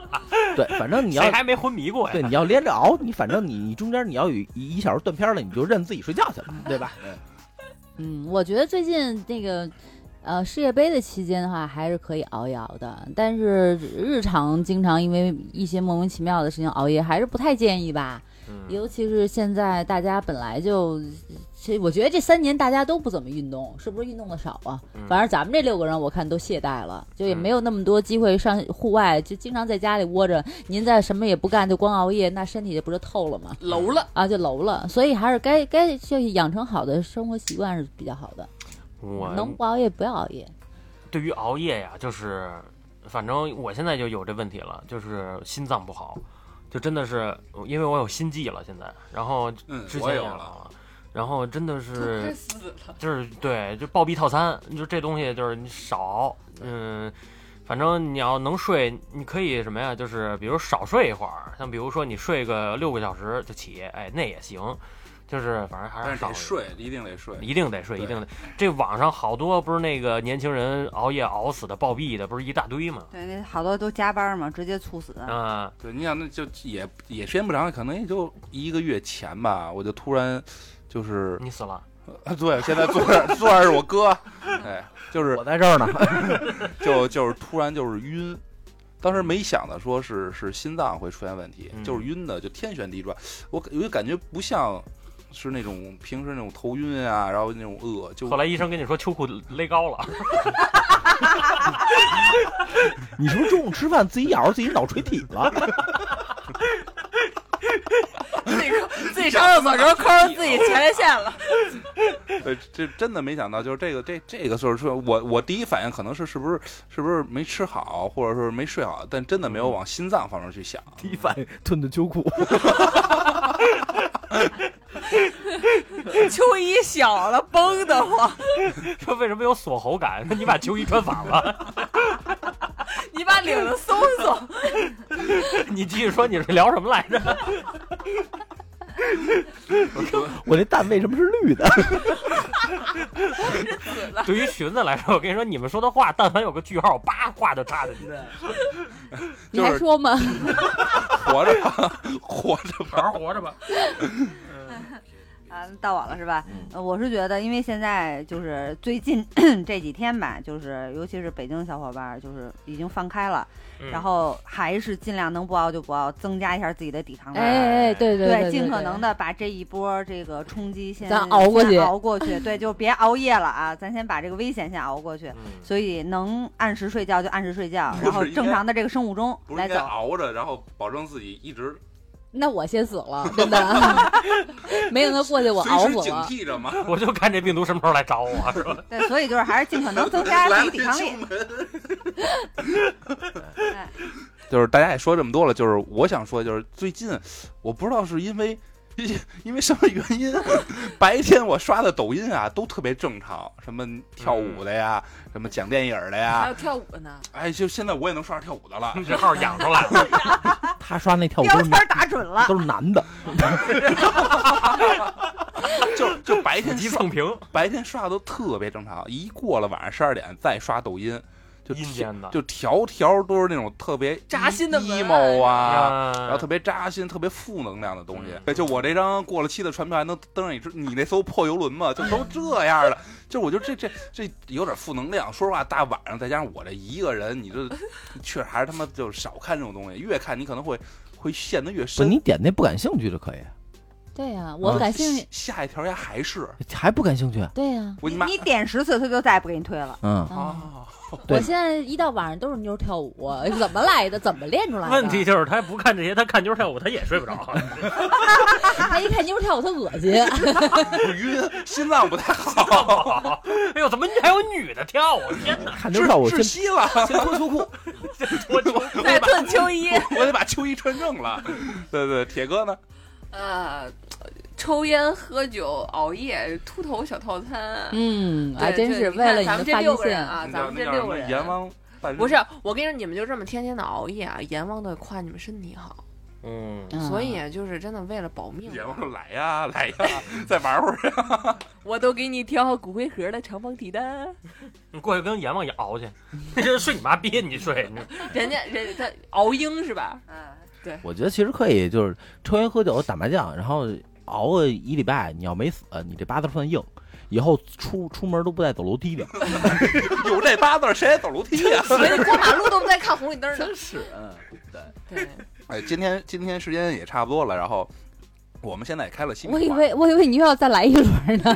Speaker 4: 对，反正你要
Speaker 1: 谁还没昏迷过呀？
Speaker 4: 对，你要连着熬，你反正你你中间你要有一一小时断片了，你就认自己睡觉去了，对吧？
Speaker 2: 嗯，我觉得最近那个呃世界杯的期间的话，还是可以熬一熬的，但是日常经常因为一些莫名其妙的事情熬夜，还是不太建议吧。
Speaker 1: 嗯
Speaker 2: 尤其是现在大家本来就，这我觉得这三年大家都不怎么运动，是不是运动的少啊？
Speaker 1: 嗯
Speaker 2: 反正咱们这六个人我看都懈怠了，就也
Speaker 1: 嗯
Speaker 2: 没有那么多机会上户外，就经常在家里窝着。您再什么也不干，就光熬夜，那身体就不是透了吗？
Speaker 6: 楼了。
Speaker 2: 啊，就楼了。所以还是该该就养成好的生活习惯是比较好的，
Speaker 1: 我
Speaker 2: 能不熬夜不要熬夜。
Speaker 1: 对于熬夜呀，就是反正我现在就有这问题了，就是心脏不好，就真的是因为我有心悸了，现在，然后
Speaker 3: 嗯
Speaker 1: 之，
Speaker 3: 我
Speaker 1: 前
Speaker 3: 也
Speaker 1: 也
Speaker 3: 有
Speaker 1: 有
Speaker 3: 了。
Speaker 1: 了，啊然后真
Speaker 3: (laughs)
Speaker 1: 的是
Speaker 6: 真死了，
Speaker 1: 就是对，就暴毙套餐，就这东西就是你少熬，嗯。反正你要能睡，你可以什么呀？就是比如少睡一会儿，像比如说你睡个六个小时就起，哎，那也行。就是反正还
Speaker 3: 但
Speaker 1: 是
Speaker 3: 是
Speaker 1: 少
Speaker 3: 得睡，一定得睡。
Speaker 1: 一定得睡，
Speaker 3: 对
Speaker 1: 一定得。这网上好多不是那个年轻人熬夜熬死的、暴毙的，不是一大堆吗？
Speaker 5: 对，那好多都加班嘛，直接猝死。
Speaker 1: 啊、
Speaker 3: 对，你想，那就也也时间不长，可能也就一个月前吧，我就突然就是，
Speaker 1: 你死了，
Speaker 3: 啊 (laughs) 对，现在坐这儿坐这儿是我哥，哎，就是
Speaker 4: 我在这儿呢， (laughs)
Speaker 1: (laughs)
Speaker 3: 就就是突然就是晕，当时没想到说是是心脏会出现问题，
Speaker 1: 嗯
Speaker 3: 就是晕的，就天旋地转，我我就感觉不像是那种平时那种头晕啊，然后那种饿，就
Speaker 1: 后来医生跟你说秋裤勒高了， (laughs)
Speaker 4: 你是不是中午吃饭自己咬着自己脑垂体了？
Speaker 6: (laughs)
Speaker 4: (laughs)
Speaker 6: 自己 (laughs) 自己上厕所时候抠着自己前列腺 (laughs) 了，
Speaker 3: 对，这真的没想到，呃就是这个这这个岁数说，我我第一反应可能是是不是是不是没吃好，或者说没睡好，但真的没有
Speaker 1: 嗯
Speaker 3: 往心脏方面去想。
Speaker 4: 第一反应吞吞秋裤，
Speaker 6: 秋衣小了，崩得慌。
Speaker 1: 说为什么有锁喉感？你把秋衣穿反了。
Speaker 6: 你把领子松松。
Speaker 1: (laughs) 你继续说你是聊什么来
Speaker 5: (laughs)
Speaker 1: 着？
Speaker 4: (laughs) 我这蛋为什么是绿的？
Speaker 1: 对于裙子来说，我跟你说，你们说的话，但凡有个句号，叭，话就插进去，
Speaker 2: 你还说吗？
Speaker 3: 活着 (laughs) 吧，活着吧。
Speaker 1: 好好活着吧。
Speaker 5: 啊，到我了是吧？
Speaker 3: 嗯
Speaker 5: 呃我是觉得，因为现在就是最近 (coughs) 这几天吧，就是尤其是北京的小伙伴儿，就是已经放开了，
Speaker 1: 嗯
Speaker 5: 然后还是尽量能不熬就不熬，增加一下自己的抵抗力。
Speaker 2: 哎哎，对对对，
Speaker 5: 尽可能
Speaker 2: 的。
Speaker 5: 的把这一波这个冲击先
Speaker 2: 咱熬过去
Speaker 5: 先熬过去，对，就别熬夜了啊，咱先把这个危险先熬过去。
Speaker 1: 嗯，
Speaker 5: 所以能按时睡觉就按时睡觉，
Speaker 3: 不
Speaker 5: 然后
Speaker 3: 是应该
Speaker 5: 正常的这个生物钟
Speaker 3: 不是
Speaker 5: 来
Speaker 3: 应该
Speaker 5: 走。
Speaker 3: 熬着，然后保证自己一直
Speaker 2: 那我先死了，真的， (laughs) 没等他过去，我
Speaker 3: 随
Speaker 2: 熬
Speaker 3: 时
Speaker 2: 死
Speaker 3: 警
Speaker 2: 了。
Speaker 3: 惕着嘛。
Speaker 1: 我就看这病毒什么时候来找我，是吧？
Speaker 5: 对，所以就是还是尽可
Speaker 3: (laughs)
Speaker 5: 能增加
Speaker 3: 来
Speaker 5: 自
Speaker 3: 了
Speaker 5: 己
Speaker 3: 别
Speaker 5: 抵抗
Speaker 3: 敲
Speaker 5: 力。
Speaker 3: 门。
Speaker 5: 哎
Speaker 3: 就是大家也说这么多了，就是我想说，就是最近我不知道是因为因为什么原因，啊 (laughs) 白天我刷的抖音啊都特别正常，什么跳舞的呀，什么讲电影的
Speaker 6: 还
Speaker 3: 呀，
Speaker 6: 有跳舞的 (laughs) 呢，
Speaker 3: 哎，就现在我也能刷着跳舞的了。
Speaker 1: 这号养出来了，
Speaker 4: (laughs) 他刷那跳舞
Speaker 5: 标
Speaker 4: 都是 (laughs)
Speaker 5: 签儿打准了，
Speaker 4: 都是男的，
Speaker 3: 就就白天
Speaker 1: 急
Speaker 3: 刷
Speaker 1: 蹭屏，
Speaker 3: 白天刷的都特别正常，一过了晚上十二点再刷抖音，就
Speaker 1: 阴间的
Speaker 3: 就条条都是那种特别
Speaker 6: 扎心的文案
Speaker 3: emo 啊，
Speaker 1: 然
Speaker 3: 然后特别扎心、特别负能量的东西。对就我这张过了期的船票还能登上一只你那艘破游轮吗？就都这样了，就我就这这这有点负能量。说实话，大晚上再加上我这一个人，你这确实还是他妈就少看这种东西，越看你可能会会陷得越
Speaker 4: 不，
Speaker 3: 深。
Speaker 4: 你点那不感兴趣就可以，
Speaker 2: 对呀，我不感兴趣。
Speaker 3: 下下一条呀还是
Speaker 4: 还不感兴趣？啊
Speaker 2: 对呀，
Speaker 3: 我
Speaker 5: 你
Speaker 3: 你妈
Speaker 5: 你点十次他就再也不给你推了。
Speaker 4: 嗯，
Speaker 2: 啊，
Speaker 3: 啊！
Speaker 2: 我
Speaker 4: 对
Speaker 2: 现在一到晚上都是妞儿跳舞，怎么来的？怎么练
Speaker 5: 嗯
Speaker 2: 出来的？
Speaker 1: 问题就是他不看这些，他看妞跳舞，他也睡不着。 (laughs)
Speaker 2: 他一看妞儿跳舞，他恶心。
Speaker 3: 我晕，心脏不
Speaker 2: (laughs)
Speaker 3: 太好，
Speaker 1: 哎呦，怎么还有女的跳舞？天哪！
Speaker 4: 看
Speaker 3: 窒
Speaker 4: 牛跳舞
Speaker 3: 窒
Speaker 4: 先
Speaker 3: 息了，
Speaker 4: 先脱秋裤，
Speaker 1: 我就
Speaker 6: 再褪秋 (laughs) 衣。
Speaker 3: 我得把秋衣穿正了。对对，铁哥呢？
Speaker 6: 呃，抽烟、喝酒、熬夜、秃头小套餐。
Speaker 2: 嗯，
Speaker 6: 对，
Speaker 2: 还真
Speaker 6: 这
Speaker 2: 是
Speaker 6: 你
Speaker 2: 为
Speaker 6: 看
Speaker 2: 了你
Speaker 6: 咱
Speaker 2: 的
Speaker 6: 们这
Speaker 2: 发
Speaker 6: 六
Speaker 2: 际
Speaker 6: 个人
Speaker 2: 线。
Speaker 6: 啊，
Speaker 3: 那
Speaker 6: 咱们
Speaker 3: 那叫
Speaker 6: 这六
Speaker 3: 什
Speaker 6: 个
Speaker 3: 么
Speaker 6: 人
Speaker 3: 阎王办事
Speaker 6: 不是，我跟你说，你们就这么天天的熬夜啊，阎王都得夸你们身体好。
Speaker 1: (laughs) 嗯，
Speaker 2: 嗯
Speaker 6: 所以就是真的为了保命
Speaker 3: 阎王
Speaker 6: 啊，
Speaker 3: 说来呀来呀，再玩会儿。
Speaker 6: 我都给你挑好骨灰盒的长方
Speaker 3: (laughs)
Speaker 6: 体的。
Speaker 1: 你过去跟阎王也熬去，这睡你妈逼，你睡。你
Speaker 6: 人家人他熬鹰是
Speaker 3: (laughs)
Speaker 6: 吧？
Speaker 5: 嗯，
Speaker 4: 我觉得其实可以，就是抽烟喝酒打麻将，然后熬个一礼拜，你要没死，你这八字算硬，以后出出门都不带走楼梯的。
Speaker 3: (laughs) 有这八字儿，谁还走楼梯呀、
Speaker 6: 所以过马路都不带看红绿灯的。
Speaker 4: 是，嗯，对，
Speaker 6: 对，
Speaker 3: 哎，今天今天时间也差不多了，然后我们现在也开了新
Speaker 2: 我
Speaker 3: 品
Speaker 2: 以
Speaker 3: 馆，
Speaker 2: 为我以为你又要再来一轮呢，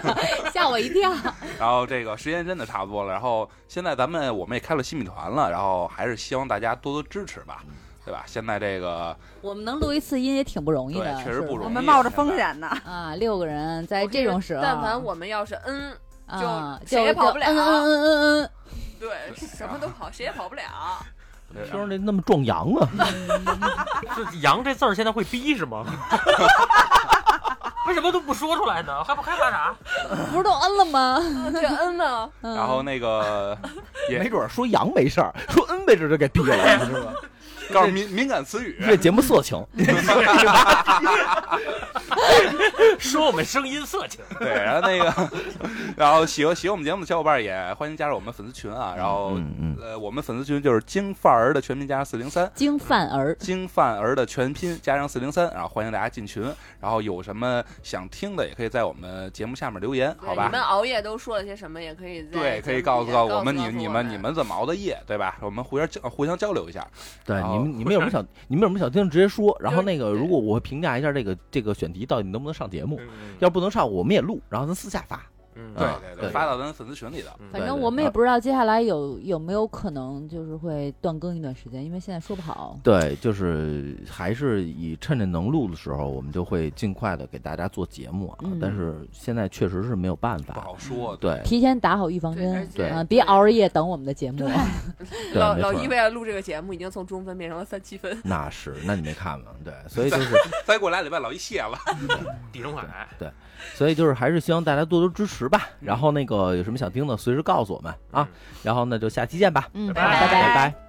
Speaker 2: 吓我一跳。
Speaker 3: 然后这个时间真的差不多了，然后现在咱们我们也开了新米团了，然后还是希望大家多多支持
Speaker 2: 嗯
Speaker 3: 吧，对吧？现在这个
Speaker 2: 我们能录一次音也挺不容易的，
Speaker 3: 对确实
Speaker 2: 是吧
Speaker 3: 不容易
Speaker 5: 我们冒着风险呢，
Speaker 2: 啊，六个人在这种时候，
Speaker 6: 但凡我们要是嗯，
Speaker 2: 啊
Speaker 6: 就谁也跑不了
Speaker 2: 就嗯嗯嗯嗯嗯，
Speaker 6: 对，
Speaker 3: 啊
Speaker 6: 什么都跑，谁也跑不了。
Speaker 4: 听着那那么壮阳啊，
Speaker 1: 这“羊”这字儿现在会逼是吗？ (laughs) 为什么都不说出来呢？还不害怕啥？
Speaker 2: 不是都嗯了吗？
Speaker 6: 啊这嗯呢？
Speaker 2: 嗯
Speaker 3: 呃然后那 (laughs) 个也
Speaker 4: 没准儿说阳没事儿，说嗯没准儿就给毙了，你知道吗？
Speaker 3: 告诉敏敏感词语，
Speaker 4: 这节目色情，
Speaker 1: (laughs) 说我们声音色情，
Speaker 3: 对，然后那个，然后喜欢喜欢我们节目的小伙伴也欢迎加入我们粉丝群啊，然后。
Speaker 4: 嗯嗯，
Speaker 3: 呃，我们粉丝群就是京范儿的全拼加上四零三，
Speaker 2: 经范儿，
Speaker 3: 京范儿的全拼加上四零三，然啊后欢迎大家进群，然后有什么想听的也可以在我们节目下面留言，
Speaker 6: 对
Speaker 3: 好
Speaker 6: 你们
Speaker 3: 吧？
Speaker 6: 熬夜都说了些什么？也可以在
Speaker 3: 对，可以
Speaker 6: 节目
Speaker 3: 告
Speaker 6: 底
Speaker 3: 诉
Speaker 6: 下
Speaker 3: 告
Speaker 6: 诉
Speaker 3: 诉我们你
Speaker 6: 们
Speaker 3: 你们你们怎么熬的夜，对吧？我们互相交互相交流一下。
Speaker 4: 对，
Speaker 3: 好
Speaker 4: 你们你们有什么想你们有什么想听的直接说，然后
Speaker 6: 就是
Speaker 4: 那个
Speaker 6: 对
Speaker 4: 如果我会评价一下这个这个选题到底能不能上节目，要不能上我们也录，然后咱私下发，
Speaker 1: 嗯，
Speaker 3: 嗯对
Speaker 4: 啊
Speaker 3: 对
Speaker 4: 对
Speaker 3: 发到咱粉丝群里的。
Speaker 1: 嗯
Speaker 2: 反
Speaker 4: 对
Speaker 2: 正
Speaker 4: 对
Speaker 2: 我们也
Speaker 4: 啊
Speaker 2: 不知道接下来有有没有可能就是会断更一段时间，因为现在说不好。
Speaker 4: 对，就是还是以趁着能录的时候，我们就会尽快的给大家做节目啊。
Speaker 2: 嗯
Speaker 4: 但是现在确实是没有办
Speaker 3: 不
Speaker 4: 法，
Speaker 3: 好说，
Speaker 4: 对
Speaker 2: 提前打好预防
Speaker 6: 对而
Speaker 2: 针，
Speaker 6: 且
Speaker 4: 对
Speaker 2: 啊，别熬着夜等我们的节目。
Speaker 4: 对
Speaker 6: 老
Speaker 4: 没
Speaker 6: 老
Speaker 4: 错
Speaker 6: 一为了录这个节目，已经从中分变成了三七分。
Speaker 4: 那是，那你没看吗？对，所以就是，
Speaker 3: 再过俩礼拜老一卸了，
Speaker 1: 地中海，
Speaker 4: 所以就是还是希望大家多多支持吧。
Speaker 3: 啊
Speaker 4: 然后那个有什么想听的，随时告诉我们啊。然后那就下期见吧，
Speaker 2: 嗯，
Speaker 1: 拜拜
Speaker 2: 拜
Speaker 4: 拜拜